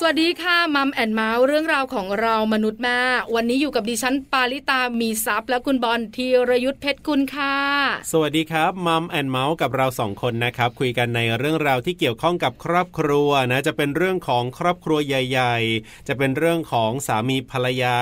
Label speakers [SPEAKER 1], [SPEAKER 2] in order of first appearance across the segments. [SPEAKER 1] สวัสดีค่ะมัมแอนเมาส์เรื่องราวของเรามนุษย์แม่วันนี้อยู่กับดิฉันปาริตามีซัพ์และคุณบอลธีรยุทธเพชรกุลค่ะ
[SPEAKER 2] สวัสดีครับมัมแอนเมาส์กับเราสองคนนะครับ คุยกันในเรื่องราวที่เกี่ยวข้องกับครอบครัวนะ จะเป็นเรื่องของครอบครัวใหญ่ ๆ จะเป็นเรื่องของสามีภรรยา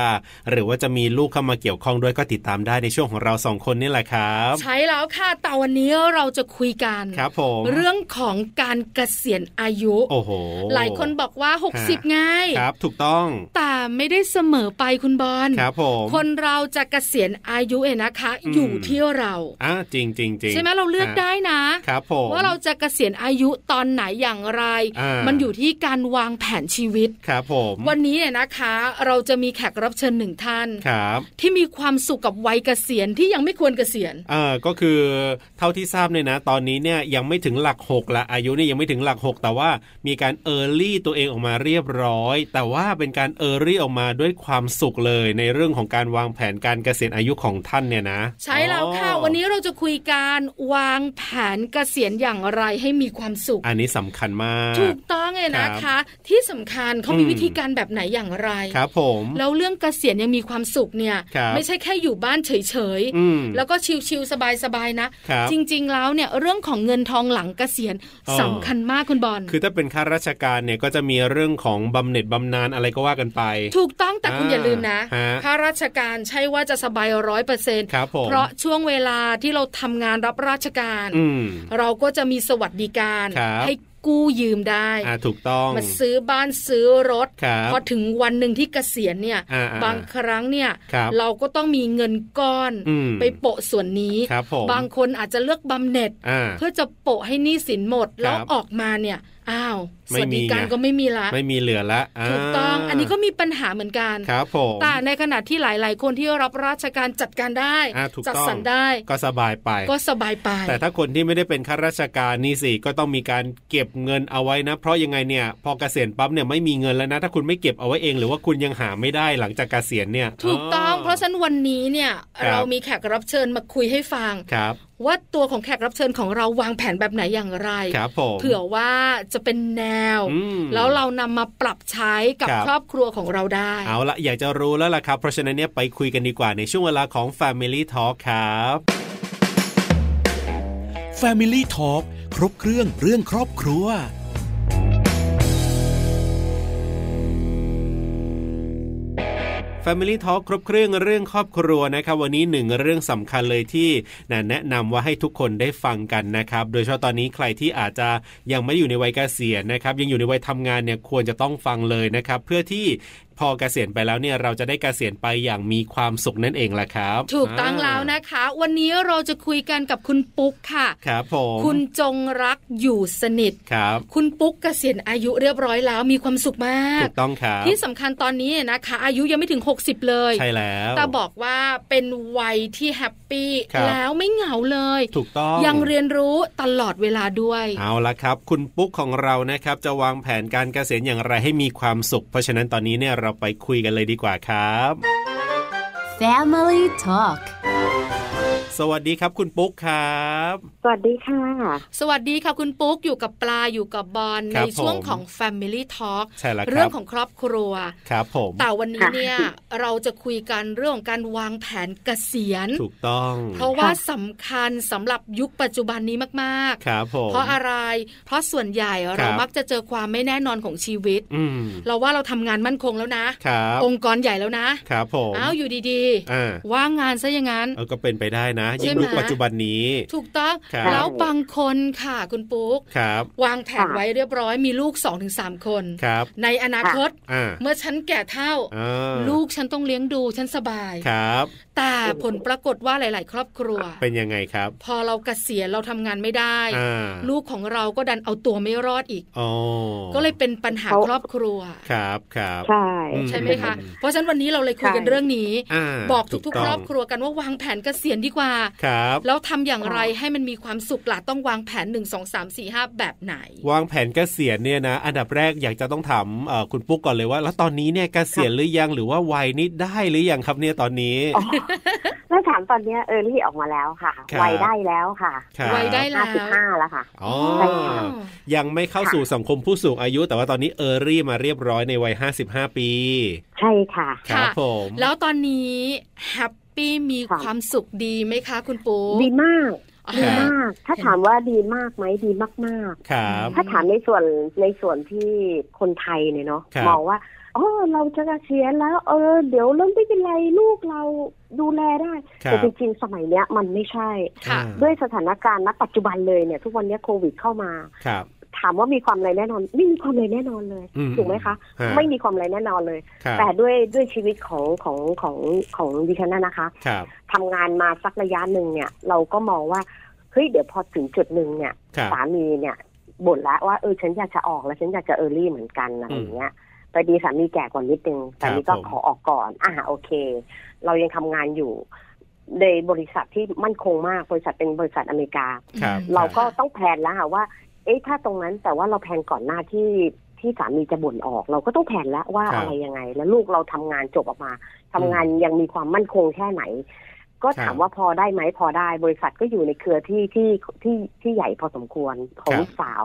[SPEAKER 2] หรือว่าจะมีลูกเข้ามาเกี่ยวข้องด้วยก็ติดตามได้ในช่วงของเราสองคนนี่แหละครับ
[SPEAKER 1] ใช่แล้วค่ะแต่วันนี้เราจะคุยกัน
[SPEAKER 2] ครับผม
[SPEAKER 1] เรื่องของการเกษียณอายุ
[SPEAKER 2] โอ้โห
[SPEAKER 1] หลายคนบอกว่า 60ไง่าย
[SPEAKER 2] ครับถูกต้อง
[SPEAKER 1] แต่ไม่ได้เสมอไปคุณบอล
[SPEAKER 2] ครับผม
[SPEAKER 1] คนเราจะเกษียณอายุเองนะคะ
[SPEAKER 2] อืม
[SPEAKER 1] อยู่ที่เรา
[SPEAKER 2] อ่ะจริงจริงจริง
[SPEAKER 1] ใช่ไหมเราเลือกได้นะ
[SPEAKER 2] ครับผม
[SPEAKER 1] ว่าเราจะเกษียณอายุตอนไหนอย่างไร
[SPEAKER 2] อ่ามั
[SPEAKER 1] มันอยู่ที่การวางแผนชีวิต
[SPEAKER 2] ครับผม
[SPEAKER 1] วันนี้เนี่ยนะคะ เราจะมีแขกรับเชิญหนึ่งท่าน
[SPEAKER 2] ครับ
[SPEAKER 1] ที่มีความสุขกับวัยเกษียณที่ยังไม่ควรเกษียณ
[SPEAKER 2] เออก็คือเท่าที่ทราบเนี่ยนะ ตอนนี้เนี่ยยังไม่ถึงหลักหกละอายุเนี่ยยังไม่ถึงหลักหกแต่ว่ามีการเออร์ลี่ตัวเองออกมาเรียบร้อย แต่ว่าเป็นการเออร์ลี่ออกมาด้วยความสุขเลย ในเรื่องของการวางแผนการเกษียณอายุของท่านเนี่ยนะ
[SPEAKER 1] ใช่แล้วค่ะ
[SPEAKER 2] อ๋อ
[SPEAKER 1] วันนี้เราจะคุยการวางแผนเกษียณอย่างไรให้มีความสุข
[SPEAKER 2] อันนี้สำคัญมาก
[SPEAKER 1] ถูกต้องเลยนะ
[SPEAKER 2] ครั
[SPEAKER 1] คะ
[SPEAKER 2] บ
[SPEAKER 1] ที่สำคัญเขามี
[SPEAKER 2] อืม
[SPEAKER 1] วิธีการแบบไหนอย่างไร
[SPEAKER 2] ครับผม
[SPEAKER 1] แล้วเรื่องเกษียณยังมีความสุขเนี่ย
[SPEAKER 2] ครับ
[SPEAKER 1] ไม่ใช่แค่อยู่บ้านเฉย
[SPEAKER 2] อืม
[SPEAKER 1] ๆ แล้วก็ชิลๆสบายๆนะ
[SPEAKER 2] ครับ
[SPEAKER 1] จริงๆแล้วเนี่ยเรื่องของเงินทองหลังเกษียณ
[SPEAKER 2] อ๋อ
[SPEAKER 1] สำคัญมากคุณบอล
[SPEAKER 2] คือถ้าเป็นข้าราชการเนี่ยก็จะมีเรื่องของบำเหน็จบำนาญอะไรก็ว่ากันไป
[SPEAKER 1] ถูกต้องแต่คุณ
[SPEAKER 2] อ่า
[SPEAKER 1] อย่าลืมนะ
[SPEAKER 2] ฮะ
[SPEAKER 1] ข้าราชการใช่ว่าจะสบายร้อยเปอร์เซ็นต์
[SPEAKER 2] ครับผม
[SPEAKER 1] เพราะช่วงเวลาที่เราทำงานรับราชการ
[SPEAKER 2] อืม
[SPEAKER 1] เราก็จะมีสวัสดิการ
[SPEAKER 2] ครับ
[SPEAKER 1] ให้กู้ยืมได้
[SPEAKER 2] อ่าถูกต้อง
[SPEAKER 1] มาซื้อบ้านซื้อรถ
[SPEAKER 2] ครับ
[SPEAKER 1] พอถึงวันหนึ่งที่เกษียณเนี่ย
[SPEAKER 2] อ่าๆ
[SPEAKER 1] บางครั้งเนี่ย
[SPEAKER 2] ครับ
[SPEAKER 1] เราก็ต้องมีเงินก้อน
[SPEAKER 2] อืม
[SPEAKER 1] ไปโปะส่วนนี้
[SPEAKER 2] ครับผม
[SPEAKER 1] บางคนอาจจะเลือกบำเหน็จ
[SPEAKER 2] อ่า
[SPEAKER 1] เพื่อจะโปะให้หนี้สินหมด แล้วออกมาเนี่ยอ้าวส
[SPEAKER 2] ไม่
[SPEAKER 1] วัส
[SPEAKER 2] มี
[SPEAKER 1] ดิการ
[SPEAKER 2] ไง
[SPEAKER 1] ก็ไม่มีละ
[SPEAKER 2] ไม่มีเหลือละา
[SPEAKER 1] ถูกต้องอันนี้ก็มีปัญหาเหมือนกัน
[SPEAKER 2] ครับผม
[SPEAKER 1] แต่ในขณะที่หลาย ๆ คนที่รับราชการจัดการได้
[SPEAKER 2] อ่าถูก
[SPEAKER 1] จัด
[SPEAKER 2] ต้อง
[SPEAKER 1] สรรได้
[SPEAKER 2] ก็สบายไป
[SPEAKER 1] ก็สบายไป
[SPEAKER 2] แต่ถ้าคนที่ไม่ได้เป็นข้าราชการนี่สิก็ต้องมีการเก็บเงินเอาไว้นะ เพราะยังไงเนี่ยพอเกษียณปั๊บเนี่ยไม่มีเงินแล้วนะ ถ้าคุณไม่เก็บเอาไว้เอง หรือว่าคุณยังหาไม่ได้หลังจากเกษียณเนี่ย
[SPEAKER 1] ถูกต้องเพราะฉะนั้นวันนี้เนี่ย
[SPEAKER 2] ครับ
[SPEAKER 1] เรามีแขกรับเชิญมาคุยให้ฟัง
[SPEAKER 2] ครับ
[SPEAKER 1] ว่าตัวของแขกรับเชิญของเราวางแผนแบบไหนอย่างไร
[SPEAKER 2] ครับผม
[SPEAKER 1] เผื่อว่าจะเป็นแนว
[SPEAKER 2] อืม
[SPEAKER 1] แล้วเรานำมาปรับใช้กับ
[SPEAKER 2] ครับ
[SPEAKER 1] ครอบครัวของเราได้
[SPEAKER 2] เอาละอยากจะรู้แล้วล่ะครับ เพราะฉะนั้นเนี่ยไปคุยกันดีกว่าในช่วงเวลาของ Family Talk ครับ
[SPEAKER 3] Family Talk ครบเครื่องเรื่องครอบครัว
[SPEAKER 2] f a m i l y ่ทอครบเครื่องเรื่องครอบครัวนะครับ วันนี้หนึ่งเรื่องสำคัญเลยที่นะแนะนำว่าให้ทุกคนได้ฟังกันนะครับ โดยเฉพาะตอนนี้ใครที่อาจจะยังไม่ได้อยู่ในวัยเกษียณนะครับ ยังอยู่ในวัยทำงานเนี่ยควรจะต้องฟังเลยนะครับ เพื่อที่พอเกษียณไปแล้วเนี่ยเราจะได้เกษียณไปอย่างมีความสุขนั่นเองล่ะครับ
[SPEAKER 1] ถูกต้องแล้วนะคะ วันนี้เราจะคุยกันกับคุณปุ๊กค่ะ
[SPEAKER 2] ครับผม
[SPEAKER 1] คุณจงรักอยู่สนิท
[SPEAKER 2] ครับ
[SPEAKER 1] คุณปุ๊กเกษียณอายุเรียบร้อยแล้วมีความสุขมาก
[SPEAKER 2] ถูกต้องครับ
[SPEAKER 1] ที่สำคัญตอนนี้เนี่ยนะคะ อายุยังไม่ถึง 60 เลย
[SPEAKER 2] ใช่แล้ว
[SPEAKER 1] แต่บอกว่าเป็นวัยที่แฮปปี้แล้วไม่เหงาเลย
[SPEAKER 2] ถูกต้อง
[SPEAKER 1] ยังเรียนรู้ตลอดเวลาด้วย
[SPEAKER 2] เอาละครับ คุณปุ๊กของเรานะครับ จะวางแผนการเกษียณอย่างไรให้มีความสุข เพราะฉะนั้นตอนนี้เนี่ยเราไปคุยกันเลยดีกว่าครับ
[SPEAKER 4] Family Talk
[SPEAKER 2] สวัสดีครับคุณปุ๊กครับ
[SPEAKER 5] สวัสดีค่ะ
[SPEAKER 1] สวัสดีค่ะคุณปุ๊กอยู่กับปลาอยู่กับบอล
[SPEAKER 2] ค
[SPEAKER 1] ใน
[SPEAKER 2] รับ
[SPEAKER 1] ช่วง
[SPEAKER 2] ผม
[SPEAKER 1] ของ Family Talk
[SPEAKER 2] ใช่แล้วครับ
[SPEAKER 1] เรื่องของครอบครัว
[SPEAKER 2] ครับผม
[SPEAKER 1] แต่วันนี้
[SPEAKER 5] ค่ะ
[SPEAKER 1] เนี่ยเราจะคุยกันเรื่องของการวางแผนเกษียณ
[SPEAKER 2] ถูกต้อง
[SPEAKER 1] เพราะว่าสำคัญสำหรับยุคปัจจุบันนี้มาก
[SPEAKER 2] ครับผม
[SPEAKER 1] ๆ เพราะอะไร เพราะส่วนใหญ่
[SPEAKER 2] ครั
[SPEAKER 1] เรา
[SPEAKER 2] บ
[SPEAKER 1] มักจะเจอความไม่แน่นอนของชีวิต
[SPEAKER 2] อืม
[SPEAKER 1] เราว่าเราทำงานมั่นคงแล้วนะ
[SPEAKER 2] ครับ
[SPEAKER 1] องค์กรใหญ่แล้วนะครับ
[SPEAKER 2] ผม
[SPEAKER 1] อ้าวอยู่ดี
[SPEAKER 2] อ่า
[SPEAKER 1] ๆ ว่างงานซะอย่างนั้น
[SPEAKER 2] เออก็เป็นไปได้นะยิ่
[SPEAKER 1] ใช่
[SPEAKER 2] ง
[SPEAKER 1] ไหม
[SPEAKER 2] ยุคปัจจุบันนี้
[SPEAKER 1] ถูกต้อง
[SPEAKER 2] ครับ
[SPEAKER 1] แล้วบางคนค่ะคุณปุ๊ก
[SPEAKER 2] ครับ
[SPEAKER 1] วางแผนไว้เรียบร้อยมีลูก 2-3 คน
[SPEAKER 2] ครับ
[SPEAKER 1] ในอนาคต
[SPEAKER 2] อ่า
[SPEAKER 1] เมื่อฉันแก่เท่า
[SPEAKER 2] อ่า
[SPEAKER 1] ลูกฉันต้องเลี้ยงดูฉันสบาย
[SPEAKER 2] ครับ
[SPEAKER 1] แต่ผลปรากฏว่าหลาย ๆ ครอบครัว
[SPEAKER 2] เป็นยังไงครับ
[SPEAKER 1] พอเรากเกษียณเราทำงานไม่ได้
[SPEAKER 2] อ่า
[SPEAKER 1] ลูกของเราก็ดันเอาตัวไม่รอดอีก
[SPEAKER 2] อ๋อ
[SPEAKER 1] ก็เลยเป็นปัญหาครอบครัว
[SPEAKER 2] ครับครับ
[SPEAKER 5] ใช่
[SPEAKER 2] อืม
[SPEAKER 1] ใช่ไหมคะ เพราะฉะนั้นวันนี้เราเลยคุยกัน
[SPEAKER 5] ใช่
[SPEAKER 1] เรื่องนี้
[SPEAKER 2] า
[SPEAKER 1] บอก
[SPEAKER 2] ถู
[SPEAKER 1] ทุก
[SPEAKER 2] ต้
[SPEAKER 1] ๆ
[SPEAKER 2] ง
[SPEAKER 1] ครอบครัวกันว่าวางแผนเกษียณดีกว่า
[SPEAKER 2] ครับ
[SPEAKER 1] แล้วทำอย่างไรให้มันมีความสุขล่ะต้องวางแผน 1 2 3 4 5 แบบไหน
[SPEAKER 2] วางแผนเกษียณเนี่ยนะอันดับแรกอยากจะต้องถามเอ่อคุณปุ๊กก่อนเลยว่า แล้วตอนนี้เนี่ยเกษียณหรือยังหรือว่าวัยนี้ได้หรือยังครับเนี่ยตอนนี้
[SPEAKER 5] อ๋อถ้าถาม ตอนเนี้ยเออรี่ออกมาแล้วค่ะ
[SPEAKER 2] ครับ
[SPEAKER 5] วัยได้แล้วค่ะ
[SPEAKER 2] ครับ
[SPEAKER 1] ไว้ได้
[SPEAKER 5] ห้า
[SPEAKER 1] แล้
[SPEAKER 5] สิบ
[SPEAKER 1] ว
[SPEAKER 5] ห้าแล้วค่ะ
[SPEAKER 2] อ๋อ
[SPEAKER 5] ใช่ค่ะ
[SPEAKER 2] ยังไม่เข้าสู่สังคมผู้สูงอายุ แต่ว่าตอนนี้เออรี่มาเรียบร้อยในวัย 55 ปี
[SPEAKER 5] ใช่ค่ะ
[SPEAKER 2] ครับผม
[SPEAKER 1] แล้วตอนนี้แฮปปี้มี
[SPEAKER 5] ค่ะ
[SPEAKER 1] ความสุขดีไหมคะคุณปู
[SPEAKER 5] ดีมาก
[SPEAKER 1] อ่า
[SPEAKER 5] ดีมาก ถ้า
[SPEAKER 1] เห็น
[SPEAKER 5] ถามว่าดีมากไหมดีมาก ๆ
[SPEAKER 2] ครับ
[SPEAKER 5] ถ้าถามในส่วนในส่วนที่คนไทยเนี่ยเนาะ
[SPEAKER 2] ครับ
[SPEAKER 5] มองว่าอ๋อเราจะเกษียณแล้ว เออ เดี๋ยวเริ่มไม่เป็นไรลูกเราดูแลได้
[SPEAKER 2] ครั
[SPEAKER 5] แต่
[SPEAKER 2] บ
[SPEAKER 5] จริงๆสมัยเนี้ยมันไม่ใช่
[SPEAKER 1] ค่ะ
[SPEAKER 5] ด้วยสถานการณ์ณปัจจุบันเลยเนี่ย ทุกวันเนี้ยโควิดเข้ามา
[SPEAKER 2] ครับ
[SPEAKER 5] ถามว่ามีความอะไรแน่นอน ไม่มีความอะไรแน่นอนเลย
[SPEAKER 2] อืม
[SPEAKER 5] ถูกไหมคะ
[SPEAKER 2] ฮะ
[SPEAKER 5] ไม่มีความอะไรแน่นอนเลย
[SPEAKER 2] ครับ
[SPEAKER 5] แต่ด้วยด้วยชีวิตของของของของดิฉันน่ะนะคะ
[SPEAKER 2] ครับ
[SPEAKER 5] ทำงานมาสักระยะหนึ่งเนี่ย เราก็มองว่าเฮ้ยเดี๋ยวพอถึงจุดหนึ่งเนี่ย
[SPEAKER 2] ครับ
[SPEAKER 5] สามีเนี่ยบ่นแล้วว่าเออฉันอยากจะออกแล้วฉันอยากจะเออร์ลี่เหมือนกันอะไรอย่างเงี้ยพอดีสามีแก่กว่านิดนึงสามีก็
[SPEAKER 2] ผม
[SPEAKER 5] ขอออกก่อน อ่าโอเค เรายังทำงานอยู่ ในบริษัทที่มั่นคงมากบริษัทเป็นบริษัทอเมริกา
[SPEAKER 2] ครับ
[SPEAKER 5] เราก็ต้องแพลนแล้วค่ะว่า เอ๊ะถ้าตรงนั้นแต่ว่าเราแพลนก่อนหน้าที่ที่สามีจะบ่นออก เราก็ต้องแพลนแล้วว่า
[SPEAKER 2] ครับ
[SPEAKER 5] อะไรยังไง แล้วลูกเราทำงานจบออกมาทำงานยังมีความมั่นคงแค่ไหน ก็
[SPEAKER 2] ครับ
[SPEAKER 5] ถามว่าพอได้ไหมพอได้ บริษัทก็อยู่ในเครือที่ที่ที่ที่ใหญ่พอสมควรขอ
[SPEAKER 2] ค
[SPEAKER 5] ง
[SPEAKER 2] รับ
[SPEAKER 5] ลูกสาว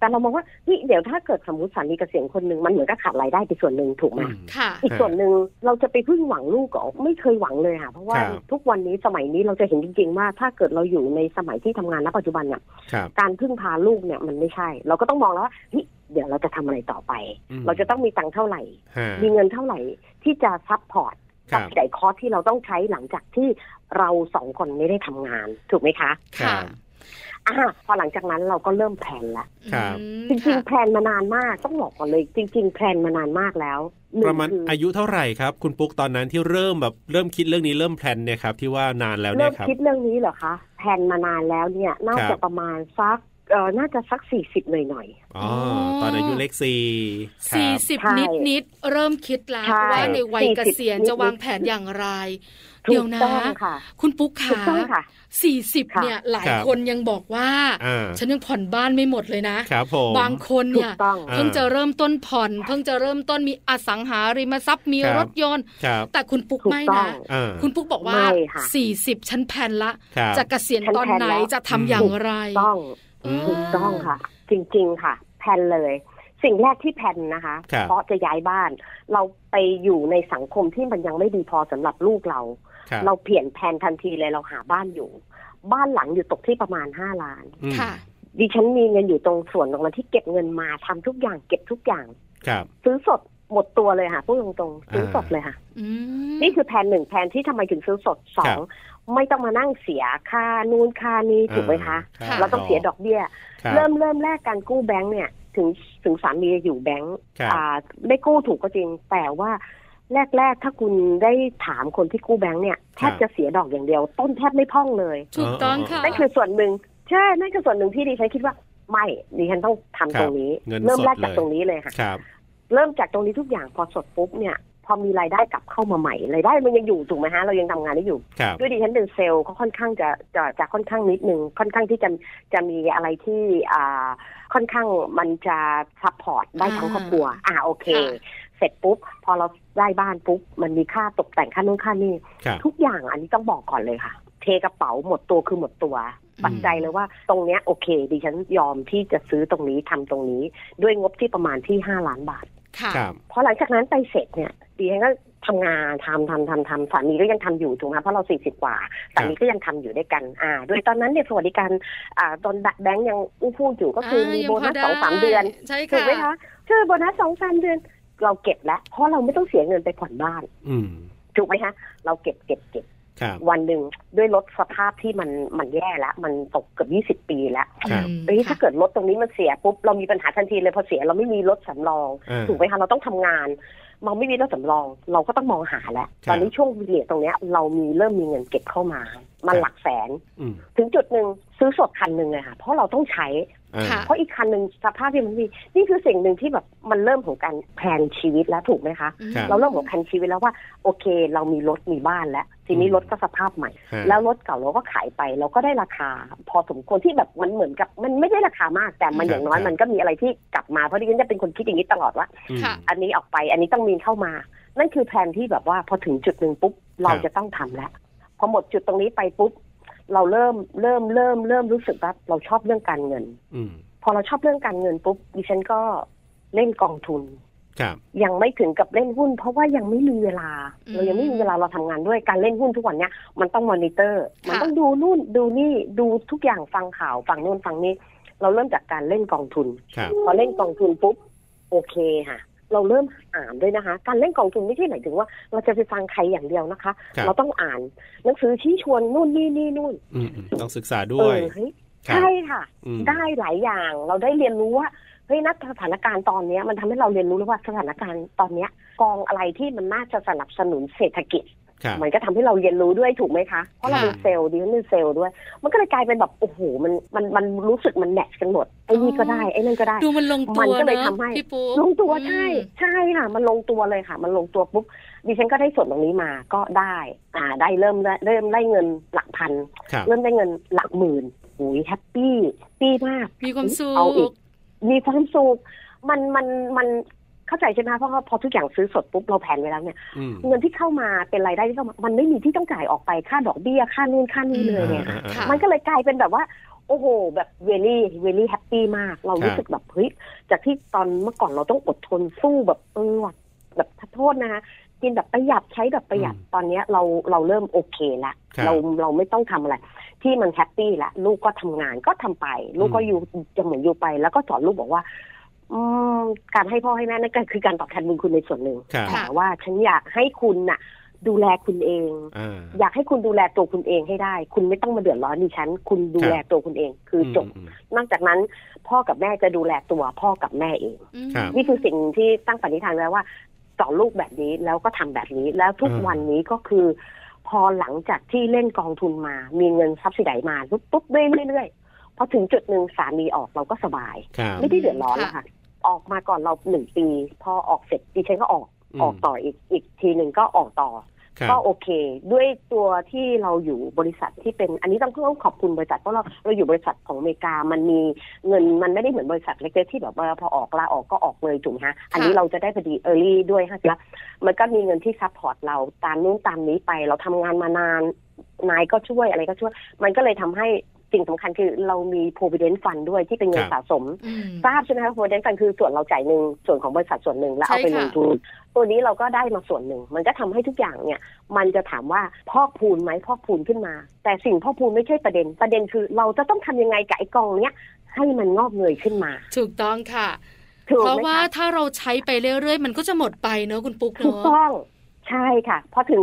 [SPEAKER 5] แต่เรามองว่าเฮ้ยเดี๋ยวถ้าเกิดสมมติสามีเกษียณคนหนึ่งมันเหมือนกับขาดรายได้ไปส่วนหนึ่งถูกไหม
[SPEAKER 2] อืม
[SPEAKER 1] ค่ะ
[SPEAKER 5] อีกส่วนหนึ่งเราจะไปพึ่งหวังลูกก็ไม่เคยหวังเลยค่ะ เพราะว่า
[SPEAKER 2] ครับ
[SPEAKER 5] ทุกวันนี้สมัยนี้เราจะเห็นจริงๆว่า ถ้าเกิดเราอยู่ในสมัยที่ทำงานณปัจจุบันเนี่ย
[SPEAKER 2] ครับ
[SPEAKER 5] การพึ่งพาลูกเนี่ยมันไม่ใช่ เราก็ต้องมองแล้วว่าเฮ้ยเดี๋ยวเราจะทำอะไรต่อไป
[SPEAKER 2] ม
[SPEAKER 5] เราจะต้องมีตังค์เท่าไหร่
[SPEAKER 2] ฮะ
[SPEAKER 5] มีเงินเท่าไหร่ที่จะซัพพอร์ต
[SPEAKER 2] ค
[SPEAKER 5] กั
[SPEAKER 2] รับ
[SPEAKER 5] จ่ายคอร์สที่เราต้องใช้หลังจากที่เราสองคนไม่ได้ทำงาน ถูกไหมคะ
[SPEAKER 1] ค่ะ
[SPEAKER 5] อ่าพอหลังจากนั้นเราก็เริ่มแผนละ
[SPEAKER 2] ครับ
[SPEAKER 1] อืม
[SPEAKER 5] จริง
[SPEAKER 1] ค่ะ
[SPEAKER 5] ๆแผนมานานมากต้องบอกก่อนเลย จริง ๆแผนมานานมากแล้วหนึ่ง
[SPEAKER 2] ประมาณ
[SPEAKER 5] คืออ
[SPEAKER 2] อายุเท่าไหร่ครับ คุณปุ๊กตอนนั้นที่เริ่มแบบเริ่มคิดเรื่องนี้เริ่มแพลนเนี่ยครับที่ว่านานแล้วเนี่
[SPEAKER 5] เริ่ม
[SPEAKER 2] ยครับ
[SPEAKER 5] คิดเรื่องนี้เหรอคะแผนมานานแล้วเนี่ย น่า
[SPEAKER 2] ครั
[SPEAKER 5] จะ
[SPEAKER 2] บ
[SPEAKER 5] ประมาณสักเอ่อน่าจะสักสี่สิบหน่อยหน่อย
[SPEAKER 2] อ๋อตอนอายุเลขสี่ค
[SPEAKER 1] สี่
[SPEAKER 2] รับ
[SPEAKER 1] สิบ
[SPEAKER 5] ใช่
[SPEAKER 1] นิดนิดๆเริ่มคิดแล้ว
[SPEAKER 5] ใช่
[SPEAKER 1] ว่าในวัย
[SPEAKER 5] 40
[SPEAKER 1] เกษียณ
[SPEAKER 5] นิดๆ
[SPEAKER 1] จะวางแผนอย่างไร
[SPEAKER 5] ๆถู
[SPEAKER 1] เดี๋ยว
[SPEAKER 5] ก
[SPEAKER 1] นะ
[SPEAKER 5] ต้องค่ะ
[SPEAKER 1] คุณปุ๊ก
[SPEAKER 5] ถูก
[SPEAKER 1] ขา
[SPEAKER 5] ต้องค่ะ
[SPEAKER 1] สี่สิบ
[SPEAKER 5] ค่ะ
[SPEAKER 1] เนี่ยหลาย
[SPEAKER 2] ครับ
[SPEAKER 1] คนยังบอกว่า
[SPEAKER 2] อ่า
[SPEAKER 1] ฉันยังผ่อนบ้านไม่หมดเลยนะ
[SPEAKER 2] ครับผม
[SPEAKER 1] บางคน
[SPEAKER 5] ถู
[SPEAKER 1] เนี่
[SPEAKER 5] ก
[SPEAKER 1] ย
[SPEAKER 5] ต้อง
[SPEAKER 2] อ่า
[SPEAKER 1] เพิ่งจะเริ่มต้นผ่อน เพิ่งจะเริ่มต้นมีอสังหาริมทรัพย์มี
[SPEAKER 2] ครับ
[SPEAKER 1] รถยนต์
[SPEAKER 2] ครับ
[SPEAKER 1] แต่คุณปุ๊ก
[SPEAKER 5] ถูก
[SPEAKER 1] ไม่
[SPEAKER 5] ต้อ
[SPEAKER 1] นะ
[SPEAKER 5] ง
[SPEAKER 2] อ่า
[SPEAKER 1] คุณปุ๊กบอกว่า
[SPEAKER 5] ไม่ค่ะ
[SPEAKER 1] สี่สิบชั้นแผนละ
[SPEAKER 2] ครับ
[SPEAKER 1] จะเกษียณ
[SPEAKER 5] ฉัน
[SPEAKER 1] ตอน
[SPEAKER 5] แผน
[SPEAKER 1] ไหน
[SPEAKER 5] แล้ว
[SPEAKER 1] จะทำอย่างไร
[SPEAKER 5] ถูกต้อง
[SPEAKER 2] อืม
[SPEAKER 5] ถูกต้องค่ะ จริงๆค่ะแผนเลย สิ่งแรกที่แผนนะคะ
[SPEAKER 2] ครับ
[SPEAKER 5] เพราะจะย้ายบ้าน เราไปอยู่ในสังคมที่มันยังไม่ดีพอสำหรับลูกเรา
[SPEAKER 2] คบ
[SPEAKER 5] เราเปลี่ยนแผนทันทีเลยเราหาบ้านอยู่ บ้านหลังอยู่ตกที่ประมาณห้าล้าน
[SPEAKER 2] อืม
[SPEAKER 1] ค่ะ
[SPEAKER 5] ดิฉันมีเงินอยู่ตรงส่วนตรงนั้นที่เก็บเงินมาทำทุกอย่างเก็บทุกอย่าง
[SPEAKER 2] ครับ
[SPEAKER 5] ซื้อสดหมดตัวเลยค่ะพูดตรงๆซื้อสด
[SPEAKER 2] อ่า
[SPEAKER 5] เลยค่ะ
[SPEAKER 1] อืม
[SPEAKER 5] นี่คือแผนหนึ่งแผนที่ทำไมถึงซื้อสดสองไม่ต้องมานั่งเสียค่านู่นค่านี้ถูกไหมคะ
[SPEAKER 2] อ่
[SPEAKER 5] เราต้องเสียดอกเบี้ย
[SPEAKER 2] ครับ
[SPEAKER 5] เริ่มเริ่มแรกการกู้แบงค์เนี่ย ถึงถึงสามีจะอยู่แบงค์
[SPEAKER 2] ครับ
[SPEAKER 5] อ่าได้กู้ถูกก็จริง แต่ว่าแรก ๆ ถ้าคุณได้ถามคนที่กู้แบงค์เนี่ยแท
[SPEAKER 2] ครับ
[SPEAKER 5] บจะเสียดอกอย่างเดียว ต้นแทบไม่พ่องเลย
[SPEAKER 1] ถูกต้องค่ะ
[SPEAKER 5] นั่นคือส่วนหนึ่งใช่นั่นคือส่วนหนึ่งที่ดิฉันคิดว่าไม่ดิฉันต้องทำตรงนี้
[SPEAKER 2] ครับเงิน
[SPEAKER 5] เริ่ม
[SPEAKER 2] สด
[SPEAKER 5] แรกจาก
[SPEAKER 2] เลย
[SPEAKER 5] ตรงนี้เลยค่ะ
[SPEAKER 2] ครับ
[SPEAKER 5] เริ่มจากตรงนี้ทุกอย่างพอสดปุ๊บเนี่ย พอมีรายได้กลับเข้ามาใหม่รายได้มันยังอยู่ถูกไหมฮะเรายังทำงานได้อยู่
[SPEAKER 2] ครับ
[SPEAKER 5] ด้วยดิฉันเป็นเซลล์ก็ค่อนข้างจะจะจะค่อนข้างนิดนึงค่อนข้างที่จะจะมีอะไรที่อ่าค่อนข้างมันจะซัพพอร์ตได้ทั้งครอบครัว อ่าโอเค
[SPEAKER 1] ค่ะ
[SPEAKER 5] เสร็จปุ๊บ พอเราได้บ้านปุ๊บมันมีค่าตกแต่งค่านู้นค่านี่
[SPEAKER 2] ครับ
[SPEAKER 5] ทุกอย่างอันนี้ต้องบอกก่อนเลยค่ะ เทกระเป๋าหมดตัวคือหมดตัว
[SPEAKER 1] อืม
[SPEAKER 5] ปัจจัยเลยว่าตรงเนี้ยโอเค ดิฉันยอมที่จะซื้อตรงนี้ทำตรงนี้ ด้วยงบที่ประมาณที่ห้าล้านบาท
[SPEAKER 1] ค่ะ
[SPEAKER 2] ครับ
[SPEAKER 5] พอหลังจากนั้นไปเสร็จเนี่ยดิฉันก็ทำงานทำทำทำทำสามีก็ยังทำอยู่ถูกไหมเพราะเราสี่สิบกว่าสามีก็ยังทำอยู่ด้วยกันอ่าโดยตอนนั้นเนี่ยสวัสดิการอ่าตอนแบงก์ยังอู้ฟู่อยู่ก็คือมี
[SPEAKER 1] ยัง
[SPEAKER 5] โบ
[SPEAKER 1] พ
[SPEAKER 5] นัสสองสาม
[SPEAKER 1] ได้
[SPEAKER 5] เดือน
[SPEAKER 1] ใช่
[SPEAKER 5] ถู
[SPEAKER 1] ค่ะ
[SPEAKER 5] กไหมคะใช่โบนัสสองสามเดือน เราเก็บแล้วเพราะเราไม่ต้องเสียเงินไปผ่อนบ้าน
[SPEAKER 2] อืม
[SPEAKER 5] ถูกไหมคะเราเก็บเก็บเก็บ
[SPEAKER 2] ครับ
[SPEAKER 5] วันหนึ่งด้วยรถสภาพที่มันมันแย่แล้ว มันตกเกือบยี่สิบ20 ปีแล้ว
[SPEAKER 2] ครับ
[SPEAKER 1] อืม
[SPEAKER 5] เอ้ยถ้า
[SPEAKER 1] ค่ะ
[SPEAKER 5] เกิดรถตรงนี้มันเสียปุ๊บเรามีปัญหาทันทีเลยพอเสียเราไม่มีรถสำรอง
[SPEAKER 2] อ่า
[SPEAKER 5] ถูกไหมคะเราต้องทำงานเราไม่มีรถสำรอง เราก็ต้องมองหาแล้ว
[SPEAKER 2] ครับ
[SPEAKER 5] ตอนนี้ช่วงวิกฤตตรงเนี้ยเรามีเริ่มมีเงินเก็บเข้ามา มั
[SPEAKER 2] ค
[SPEAKER 5] น
[SPEAKER 2] รับ
[SPEAKER 5] หลักแสน
[SPEAKER 2] อืม
[SPEAKER 5] ถึงจุดหนึ่งซื้อสดคันหนึ่งเลยค่ะ เพราะเราต้องใช้
[SPEAKER 2] อ่า
[SPEAKER 1] ค่ะ
[SPEAKER 5] เพราะอีกคันหนึ่งสภาพที่มันมีนี่คือสิ่งหนึ่งที่แบบมันเริ่มของการแพลนชีวิตแล้วถูกไหมคะ
[SPEAKER 1] ครับ
[SPEAKER 5] เราเริ่มของแพลนชีวิตแล้วว่าโอเค เรามีรถมีบ้านแล้ว ทีนี้รถก็สภาพใหม่
[SPEAKER 2] ฮะ
[SPEAKER 5] แล้วรถเก่าเราก็ขายไป เราก็ได้ราคา พอสมควรที่แบบมันเหมือนกับ มันไม่ได้ราคามากแต่มันอย่างน้อยมันก็มีอะไรที่กลับมาเพราะดิฉันจะเป็นคนคิดอย่างนี้ตลอดว่า
[SPEAKER 2] อืม
[SPEAKER 1] ค่ะ
[SPEAKER 5] อันนี้ออกไปอันนี้ต้องมีเข้ามา นั่นคือแผนที่แบบว่าพอถึงจุดหนึ่งปุ๊บ เรา
[SPEAKER 2] ครับ
[SPEAKER 5] จะต้องทำแล้ว พอหมดจุดตรงนี้ไปปุ๊บเราเริ่มเริ่มเริ่มเริ่มรู้สึกว่าเราชอบเรื่องการเงิน
[SPEAKER 2] อืม
[SPEAKER 5] พอเราชอบเรื่องการเงินปุ๊บดิฉันก็เล่นกองทุน
[SPEAKER 2] ครับ
[SPEAKER 5] ยังไม่ถึงกับเล่นหุ้น เพราะว่ายังไม่มีเวลา
[SPEAKER 1] อืม
[SPEAKER 5] เรายังไม่มีเวลาเราทำงานด้วยการเล่นหุ้นทุกวันเนี้ยมันต้องมอนิเตอร์
[SPEAKER 1] ค่ะ
[SPEAKER 5] มันต้องดูนู่นดูนี่ดูทุกอย่างฟังข่าวฟังนู่นฟังนี่เราเริ่มจากการเล่นกองทุน
[SPEAKER 2] ครับ
[SPEAKER 5] พอเล่นกองทุนปุ๊บโอเคค่ะ เราเริ่มอ่านด้วยนะคะ การเล่นกองทุนไม่ใช่หมายถึงว่า เราจะไปฟังใครอย่างเดียวนะคะ
[SPEAKER 2] ครับ
[SPEAKER 5] เราต้องอ่านหนังสือชี้ชวนนู่นนี่นี่นู่น
[SPEAKER 2] อืมอืมต้องศึกษา
[SPEAKER 5] เอ
[SPEAKER 2] ด้วย
[SPEAKER 5] อเฮ้ย
[SPEAKER 2] ครับ
[SPEAKER 5] ใช่ค่ะ
[SPEAKER 2] อืม
[SPEAKER 5] ได้หลายอย่างเราได้เรียนรู้ว่าเฮ้ยนักสถานการณ์ตอนเนี้ยมันทำให้เราเรียนรู้แล้วว่าสถานการณ์ตอนเนี้ยกองอะไรที่มันน่าจะสนับสนุนเศรษฐกิจ
[SPEAKER 2] ครับ
[SPEAKER 5] มันก็ทำให้เราเรียนรู้ด้วยถูกไหมคะเพราะเรา
[SPEAKER 1] ค่ะ
[SPEAKER 5] เป็นเซลล์ดิฉันเป็นเซลล์ด้วย มันก็เลยกลายเป็นแบบโอ้โหมันมันมันรู้สึกมันแมทช์กันหมดไอ้นี่ก็ได้
[SPEAKER 1] อ๋อ
[SPEAKER 5] ไอ้นั่นก็ได้
[SPEAKER 1] ดูมันลงตัว
[SPEAKER 5] มันก็เลย
[SPEAKER 1] เนอะ
[SPEAKER 5] ทำให้
[SPEAKER 1] พี่ปุ๊บ
[SPEAKER 5] ลงตัว
[SPEAKER 1] อืม
[SPEAKER 5] ใช่ใช่ค่ะ มันลงตัวเลยค่ะ มันลงตัวปุ๊บดิฉันก็ได้ส่วนตรงนี้มาก็ได้ อ่า ได้เริ่มได้เริ่มได้เงินหลักพัน
[SPEAKER 2] ครับ
[SPEAKER 5] เริ่มได้เงินหลักหมื่นโอ้ยแฮปปี้ปี้มาก
[SPEAKER 1] มีความสุ
[SPEAKER 5] เอาอี
[SPEAKER 1] ข
[SPEAKER 5] ก มีความสุขมันมันมันเข้าใจใช่ไหมคะเพราะว่าพอทุกอย่างซื้อสดปุ๊บเราแผนไว้แล้วเนี่ย
[SPEAKER 2] อืม
[SPEAKER 5] เงินที่เข้ามาเป็นรายได้ที่เข้ามามันไม่มีที่ต้องจ่ายออกไปค่าดอกเบี้ยค่านู่นค่านี่เลยเนี่ย
[SPEAKER 2] อ่าอ่าอ่า
[SPEAKER 1] ค่ะ
[SPEAKER 5] มันก็เลยกลายเป็นแบบว่า โอ้โห แบบเวลี่เวลี่แฮปปี้มาก เรา
[SPEAKER 2] ครับ
[SPEAKER 5] รู้สึกแบบเฮ้ยจากที่ตอนเมื่อก่อนเราต้องอดทนสู้แบบเออว่ะแบบขอโทษนะคะกินแบบประหยัดใช้แบบประหยัดตอนเนี้ยเราเราเริ่มโอเคละ
[SPEAKER 2] ครับ
[SPEAKER 5] เราเราไม่ต้องทำอะไร ที่มันแฮปปี้ละลูกก็ทำงานก็ทำไป ลูกก็
[SPEAKER 2] อืม
[SPEAKER 5] อยู่จะเหมือนอยู่ไป แล้วก็สอนลูกบอกว่า อืมการให้พ่อให้แม่นั่นก็คือการตอบแทนบุญคุณในส่วนหนึ่ง
[SPEAKER 2] ครับ
[SPEAKER 1] ค่ะ
[SPEAKER 5] แต่ว่าฉันอยากให้คุณน่ะ ดูแลคุณเอง
[SPEAKER 2] อ่า
[SPEAKER 5] อยากให้คุณดูแลตัวคุณเองให้ได้ คุณไม่ต้องมาเดือดร้อนดิฉัน คุณดูแลตัวคุณเอง คือจบ
[SPEAKER 2] มม
[SPEAKER 5] นอกจากนั้น พ่อกับแม่จะดูแลตัวพ่อกับแม่เอง
[SPEAKER 1] อืม
[SPEAKER 2] ครับ
[SPEAKER 5] นี่คือสิ่งที่ตั้งปณิธานไว้ว่าสอนลูกแบบนี้แล้วก็ทำแบบนี้ แล้วทุก
[SPEAKER 2] อ่า
[SPEAKER 5] วันนี้ก็คือ พอหลังจากที่เล่นกองทุนมา มีเงินทรัพย์สิไดมาปุ๊บปุ๊บเรื่อยๆเรื่อยๆพอถึงจุดหนึ่งสามีออกเราก็สบาย
[SPEAKER 2] ครับ
[SPEAKER 5] ไม่ได้เดือดร้อนแล้วค่ะ ออกมาก่อนเราหนึ่งปี พอออกเสร็จดิฉันก็ออกออกต่ออีกอีกทีหนึ่งก็ออกต่อ
[SPEAKER 2] ครับ
[SPEAKER 5] ก็โอเค ด้วยตัวที่เราอยู่บริษัทที่เป็นอันนี้ต้องต้องขอบคุณบริษัทเพราะเราเราอยู่บริษัทของอเมริกามันมีเงินมันไม่ได้เหมือนบริษัทเล็กๆที่แบบว่าพอออกลาออกก็ออกเลยถูกไหมฮะอันนี้เราจะได้พอดีเออร์ลี่ด้วยฮะแล้วมันก็มีเงินที่ซัพพอร์ตเราตามนู้นตามนี้ไป เราทำงานมานานนายก็ช่วยอะไรก็ช่วย มันก็เลยทำให้สิ่งสำคัญคือเรามี provident fund ด้วยที่เป็นเงินสะสม
[SPEAKER 1] อืม
[SPEAKER 5] ทราบใช่ไหมคะ provident fund คือส่วนเราจ่ายหนึ่งส่วนของบริษัทส่วนหนึ่งแล้วเอาไป
[SPEAKER 1] ใช่
[SPEAKER 5] ล
[SPEAKER 1] ค่ะ
[SPEAKER 5] งทุน ตัวนี้เราก็ได้มาส่วนหนึ่ง มันก็ทำให้ทุกอย่างเนี่ย มันจะถามว่าพอกพูนไหมพอกพูนขึ้นมา แต่สิ่งพอกพูนไม่ใช่ประเด็น ประเด็นคือเราจะต้องทำยังไงกับไอ้กองเนี้ยให้มันงอกเงยขึ้นมา
[SPEAKER 1] ถูกต้องค่ะ
[SPEAKER 5] ถูก
[SPEAKER 1] เพราะ
[SPEAKER 5] ไหม
[SPEAKER 1] ว่า
[SPEAKER 5] คะ
[SPEAKER 1] ถ้าเราใช้ไปเรื่อยๆ มันก็จะหมดไปเนอะคุณปุ๊ก
[SPEAKER 5] ถู
[SPEAKER 1] เนาะ
[SPEAKER 5] กต้องใช่ค่ะ พอถึง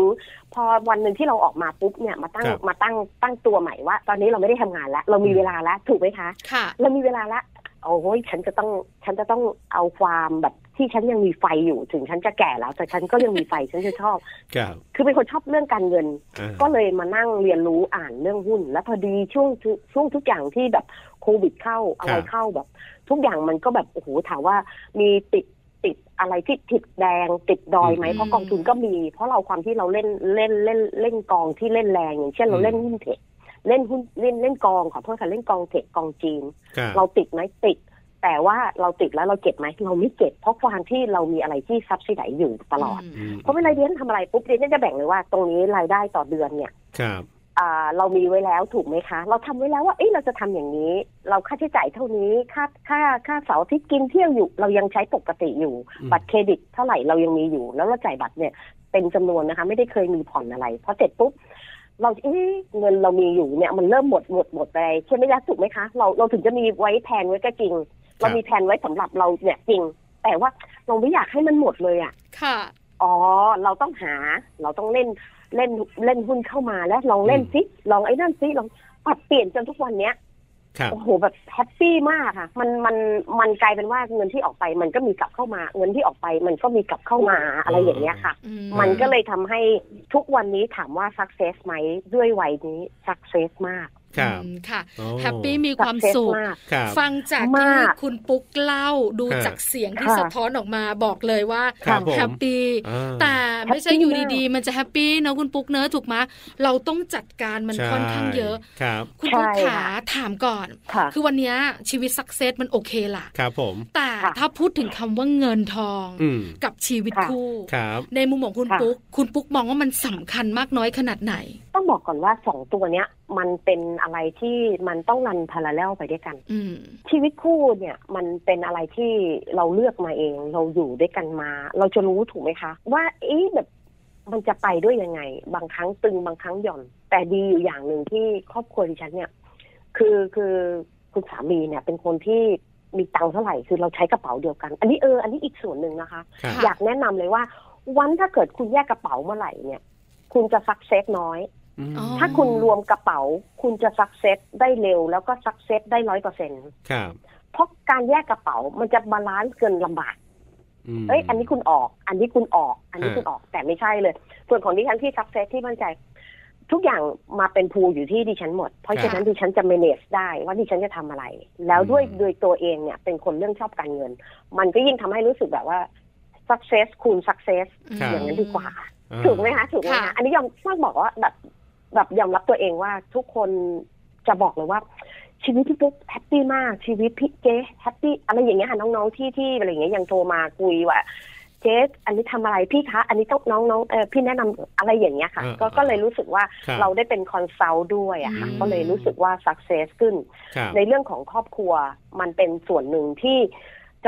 [SPEAKER 5] พอวันหนึ่งที่เราออกมาปุ๊บเนี่ยมาตั้งมาตั้งตั้งตัวใหม่ว่า ตอนนี้เราไม่ได้ทำงานแล้ว เรามีเวลาแล้วถูกไหมคะ
[SPEAKER 1] ค่ะ
[SPEAKER 5] เรามีเวลาละโอ้ยฉันจะต้อง ฉันจะต้องเอาความแบบที่ฉันยังมีไฟอยู่ ถึงฉันจะแก่แล้ว แต่ฉันก็ยังมีไฟ ฉันจะชอบ
[SPEAKER 2] ครับ
[SPEAKER 5] คือเป็นคนชอบเรื่องการเงิน
[SPEAKER 2] อ่า
[SPEAKER 5] ก็เลยมานั่งเรียนรู้อ่านเรื่องหุ้น แล้วพอดีช่วงช่วงทุกอย่างที่แบบโควิดเข้าอะไรเข้าแบบ ทุกอย่างมันก็แบบโอ้โหถามว่ามีติดติดอะไรที่ติดแดง ติดดอยไหม
[SPEAKER 2] อืม
[SPEAKER 5] เพราะกองทุนก็มี เพราะเราความที่เราเล่นเล่นเล่นเล่นกองที่เล่นแรงอย่างเช่นเรา
[SPEAKER 2] อืม
[SPEAKER 5] เล่นหุ้นเทคเล่นหุ้นเล่นเล่นกองขอโทษค่ะเล่นกองเทคกองจีน
[SPEAKER 2] ครับ
[SPEAKER 5] เราติดไหมติด แต่ว่าเราติดแล้วเราเก็บไหมเราไม่เก็บเพราะความที่เรามีอะไรที่ซับซิไดอยู่ตลอด
[SPEAKER 2] อืม
[SPEAKER 5] เพราะเวลาเรียนทำอะไรปุ๊บเรียนจะแบ่งเลยว่าตรงนี้รายได้ต่อเดือนเนี่ย
[SPEAKER 2] ครับ
[SPEAKER 5] อ่าเรามีไว้แล้วถูกไหมคะ เราทำไว้แล้วว่าเอ้ยเราจะทำอย่างนี้ เราค่าใช้จ่ายเท่านี้ค่าค่าค่าเสาร์อาที่กินเที่ยวอยู่ เรายังใช้ปกติอยู่
[SPEAKER 2] อืม
[SPEAKER 5] บัตรเครดิตเท่าไหร่เรายังมีอยู่ แล้วเราจ่ายบัตรเนี่ยเป็นจำนวนนะคะ ไม่ได้เคยมีผ่อนอะไรพอเสร็จปุ๊บเราเอ๊ะเงินเรามีอยู่เนี่ยมันเริ่มหมดหมดหมดไปใช่ไหมล่ะถูกไหมคะเราเราถึงจะมีไว้แพลนไว้ก็จริง
[SPEAKER 2] ครั
[SPEAKER 5] เรา
[SPEAKER 2] บ
[SPEAKER 5] มีแพลนไว้สำหรับเราเนี่ยจริง แต่ว่าเราไม่อยากให้มันหมดเลยอ่ะ
[SPEAKER 1] ค่ะ
[SPEAKER 5] อ๋อ เราต้องหา เราต้องเล่น เล่น เล่นหุ้นเข้ามาแล้วลองเล่น
[SPEAKER 2] อืม
[SPEAKER 5] ซิ ลองไอ้นั่นซิ ลองปรับเปลี่ยนจนทุกวันเนี้ย
[SPEAKER 2] ครับ
[SPEAKER 5] โอ้โห แบบแฮปปี้มากค่ะ มัน มัน มันกลายเป็นว่าเงินที่ออกไป มันก็มีกลับเข้ามา เงินที่ออกไป มันก็มีกลับเข้ามาอะไรอย่างเงี้ยค่ะ
[SPEAKER 1] อื
[SPEAKER 5] มันก็เลยทำให้ทุกวันนี้ถามว่าสักเซสไหม ด้วยวัยนี้สักเซสมาก
[SPEAKER 2] ครับ
[SPEAKER 1] อืมค่ะ
[SPEAKER 2] โอ้
[SPEAKER 1] แฮปปี้มีความ
[SPEAKER 5] success
[SPEAKER 1] สุข
[SPEAKER 5] มาก
[SPEAKER 2] ครับ
[SPEAKER 1] ฟังจาก
[SPEAKER 5] มา
[SPEAKER 1] ที่
[SPEAKER 5] ก
[SPEAKER 1] คุณปุ๊กเล่าดู
[SPEAKER 2] ค่ะ
[SPEAKER 1] จากเสียงที่
[SPEAKER 5] ค่ะ
[SPEAKER 1] สะท้อนออกมาบอกเลยว่า
[SPEAKER 2] ครับผม
[SPEAKER 1] แฮปปี้
[SPEAKER 2] อ่า
[SPEAKER 1] แต่ไม่ใช่
[SPEAKER 5] แฮปปี้
[SPEAKER 1] อยู่
[SPEAKER 5] มาก
[SPEAKER 1] ดีๆ มันจะแฮปปี้เนอะคุณปุ๊กเนอะถูกไหมเราต้องจัดการมัน
[SPEAKER 2] ใช่
[SPEAKER 1] ค่อนข้างเยอะ
[SPEAKER 2] ครับ
[SPEAKER 1] คุณปุ๊ก
[SPEAKER 5] ใช่
[SPEAKER 1] ขา
[SPEAKER 5] ค่ะ
[SPEAKER 1] ถามก่อน
[SPEAKER 5] ค่ะ
[SPEAKER 1] คือวันเนี้ยชีวิตสักเซสมันโอเคล่ะ
[SPEAKER 2] ครับผม
[SPEAKER 1] แต่
[SPEAKER 5] ค่ะ
[SPEAKER 1] ถ้าพูดถึงคำว่าเงินทอง
[SPEAKER 2] อืม
[SPEAKER 1] กับชีวิตคู่
[SPEAKER 2] ครับ
[SPEAKER 1] ในมุมของคุณ
[SPEAKER 5] ค่ะ
[SPEAKER 1] ปุ๊ก คุณปุ๊กมองว่ามันสำคัญมากน้อยขนาดไหน
[SPEAKER 5] ต้องบอกก่อนว่าสองตัวเนี้ย มันเป็นอะไรที่มันต้องรันพาราเลลไปด้วยกัน
[SPEAKER 1] อืม
[SPEAKER 5] ชีวิตคู่เนี่ยมันเป็นอะไรที่เราเลือกมาเอง เราอยู่ด้วยกันมา เราจะรู้ถูกไหมคะ ว่าเอ๊ะแบบมันจะไปด้วยยังไง บางครั้งตึงบางครั้งหย่อน แต่ดีอยู่อย่างหนึ่งที่ครอบครัวดิฉันเนี่ย คือคือคุณสามีเนี่ย เป็นคนที่มีตังค์เท่าไหร่คือเราใช้กระเป๋าเดียวกัน อันนี้เอออันนี้อีกส่วนหนึ่งนะคะ
[SPEAKER 2] ครับ
[SPEAKER 1] ค่ะ
[SPEAKER 5] อยากแนะนำเลยว่า วันถ้าเกิดคุณแยกกระเป๋าเมื่อไหร่เนี่ย คุณจะซักเซสน้อย
[SPEAKER 2] อืม
[SPEAKER 1] อ๋อ
[SPEAKER 5] ถ้าคุณรวมกระเป๋า คุณจะซักเซสได้เร็ว แล้วก็ซักเซสได้ร้อยเปอร์เซ็นต์
[SPEAKER 2] ครับ
[SPEAKER 5] เพราะการแยกกระเป๋ามันจะบาลานซ์เกินลำบาก
[SPEAKER 2] ม
[SPEAKER 5] เอ้ย อันนี้คุณออก อันนี้คุณออก อันนี้
[SPEAKER 2] ฮะ
[SPEAKER 5] คุณออก แต่ไม่ใช่เลย ส่วนของดิฉันที่ซักเซสที่มั่นใจ ทุกอย่างมาเป็นพูลอยู่ที่ดิฉันหมด เพราะฉะนั้นดิฉันจะ manage ได้ว่าดิฉันจะทำอะไร แล้วด้วยโดยตัวเองเนี่ย เป็นคนเรื่องชอบการเงิน มันก็ยิ่งทำให้รู้สึกแบบว่า success คูณ success
[SPEAKER 2] ครับ
[SPEAKER 5] อย่างนั้นดีกว่า
[SPEAKER 2] อ่า
[SPEAKER 5] ถูกไหมคะถูกไหมคะ
[SPEAKER 1] ค่ะ
[SPEAKER 5] อันนี้ยอมต้องบอกว่าแบบแบบยอมรับตัวเองว่าทุกคนจะบอกเลยว่า ชีวิตพี่ปุ๊กแฮปปี้มากชีวิตพี่เจ๊แฮปปี้อะไรอย่างเงี้ยค่ะน้องๆที่ที่อะไรอย่างเงี้ยยังโทรมาคุยว่า เจ๊อันนี้ทำอะไรพี่คะอันนี้ต้องน้องน้องเออพี่แนะนำอะไรอย่างเงี้ยค่ะ
[SPEAKER 2] เออ
[SPEAKER 5] ก็
[SPEAKER 2] เออ
[SPEAKER 5] ก็เลยรู้สึกว่า
[SPEAKER 2] ครับ
[SPEAKER 5] เราได้เป็นคอนซัลท์ด้วยอะค่ะ
[SPEAKER 1] อืม
[SPEAKER 5] ก็เลยรู้สึกว่าสักเซสขึ้น
[SPEAKER 2] ครับ
[SPEAKER 5] ในเรื่องของครอบครัวมันเป็นส่วนหนึ่งที่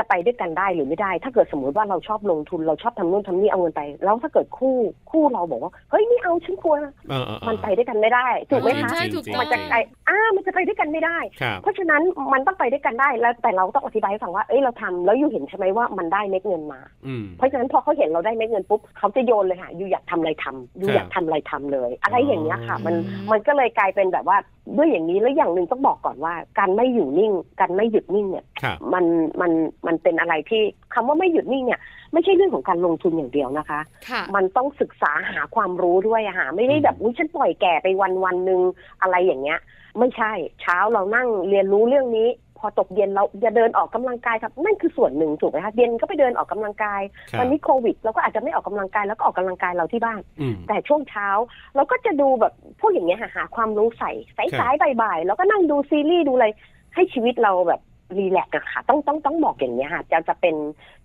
[SPEAKER 5] จะไปด้วยกันได้หรือไม่ได้ ถ้าเกิดสมมติว่าเราชอบลงทุนเราชอบทำนู่นทำนี่เอาเงินไป แล้วถ้าเกิดคู่คู่เราบอกว่าเฮ้ยไม่เอาฉันกลัว
[SPEAKER 2] เออเออเออ
[SPEAKER 5] มันไปด้วยกันไม่ได้ถูกไหมคะ
[SPEAKER 1] ใช่ถูกต้อง
[SPEAKER 5] มันจะไปอ่ามันจะไปด้วยกันไม่ได้
[SPEAKER 2] ครับ
[SPEAKER 5] เพราะฉะนั้นมันต้องไปด้วยกันได้แล้วแต่เราต้องอธิบายให้ฟังว่าเอ้ยเราทำแล้วอยู่เห็นใช่ไหมว่ามันได้เม็ดเงินมา
[SPEAKER 2] อืม
[SPEAKER 5] เพราะฉะนั้นพอเขาเห็นเราได้เม็ดเงินปุ๊บเขาจะโยนเลยค่ะอยู่อยากทำอะไรทำอยู่
[SPEAKER 2] ครับ
[SPEAKER 5] อยากทำอะไรทำเลย อะไร
[SPEAKER 2] อ๋ออ
[SPEAKER 5] อย่างเงี้ยค่ะ มัน
[SPEAKER 1] อืม
[SPEAKER 5] มันก็เลยกลายเป็นแบบว่าด้วยอย่างนี้แล้วอย่างหนึ่งต้องบอกก่อนว่า การไม่อยู่นิ่ง การไม่หยุดนิ่งเนี่ย
[SPEAKER 2] ครับ
[SPEAKER 5] มันมันมันเป็นอะไรที่คำว่าไม่หยุดนิ่งเนี่ยไม่ใช่เรื่องของการลงทุนอย่างเดียวนะคะ
[SPEAKER 1] ค่ะ
[SPEAKER 5] มันต้องศึกษาหาความรู้ด้วยอะค่ะไม่ได้แบบอุ้ยฉันปล่อยแก่ไปวันวันหนึ่งอะไรอย่างเงี้ย ไม่ใช่เช้าเรานั่งเรียนรู้เรื่องนี้ พอตกเย็นเราจะเดินออกกำลังกายครับนั่นคือส่วนหนึ่งถูกไหมคะเย็นก็ไปเดินออกกำลังกาย
[SPEAKER 2] ครับ
[SPEAKER 5] ตอนนี้โควิดเราก็อาจจะไม่ออกกำลังกายแล้วก็ออกกำลังกายเราที่บ้าน
[SPEAKER 2] อืม
[SPEAKER 5] แต่ช่วงเช้าเราก็จะดูแบบพวกอย่างเงี้ยหาหาความรู้ใส่สาย
[SPEAKER 2] ครั
[SPEAKER 5] สาย
[SPEAKER 2] บ
[SPEAKER 5] บ่ายๆแล้วก็นั่งดูซีรีส์ดูอะไรให้ชีวิตเราแบบรีแลกซ์อะค่ะ ต้องต้องต้องบอกอย่างเงี้ยค่ะ จะจะเป็น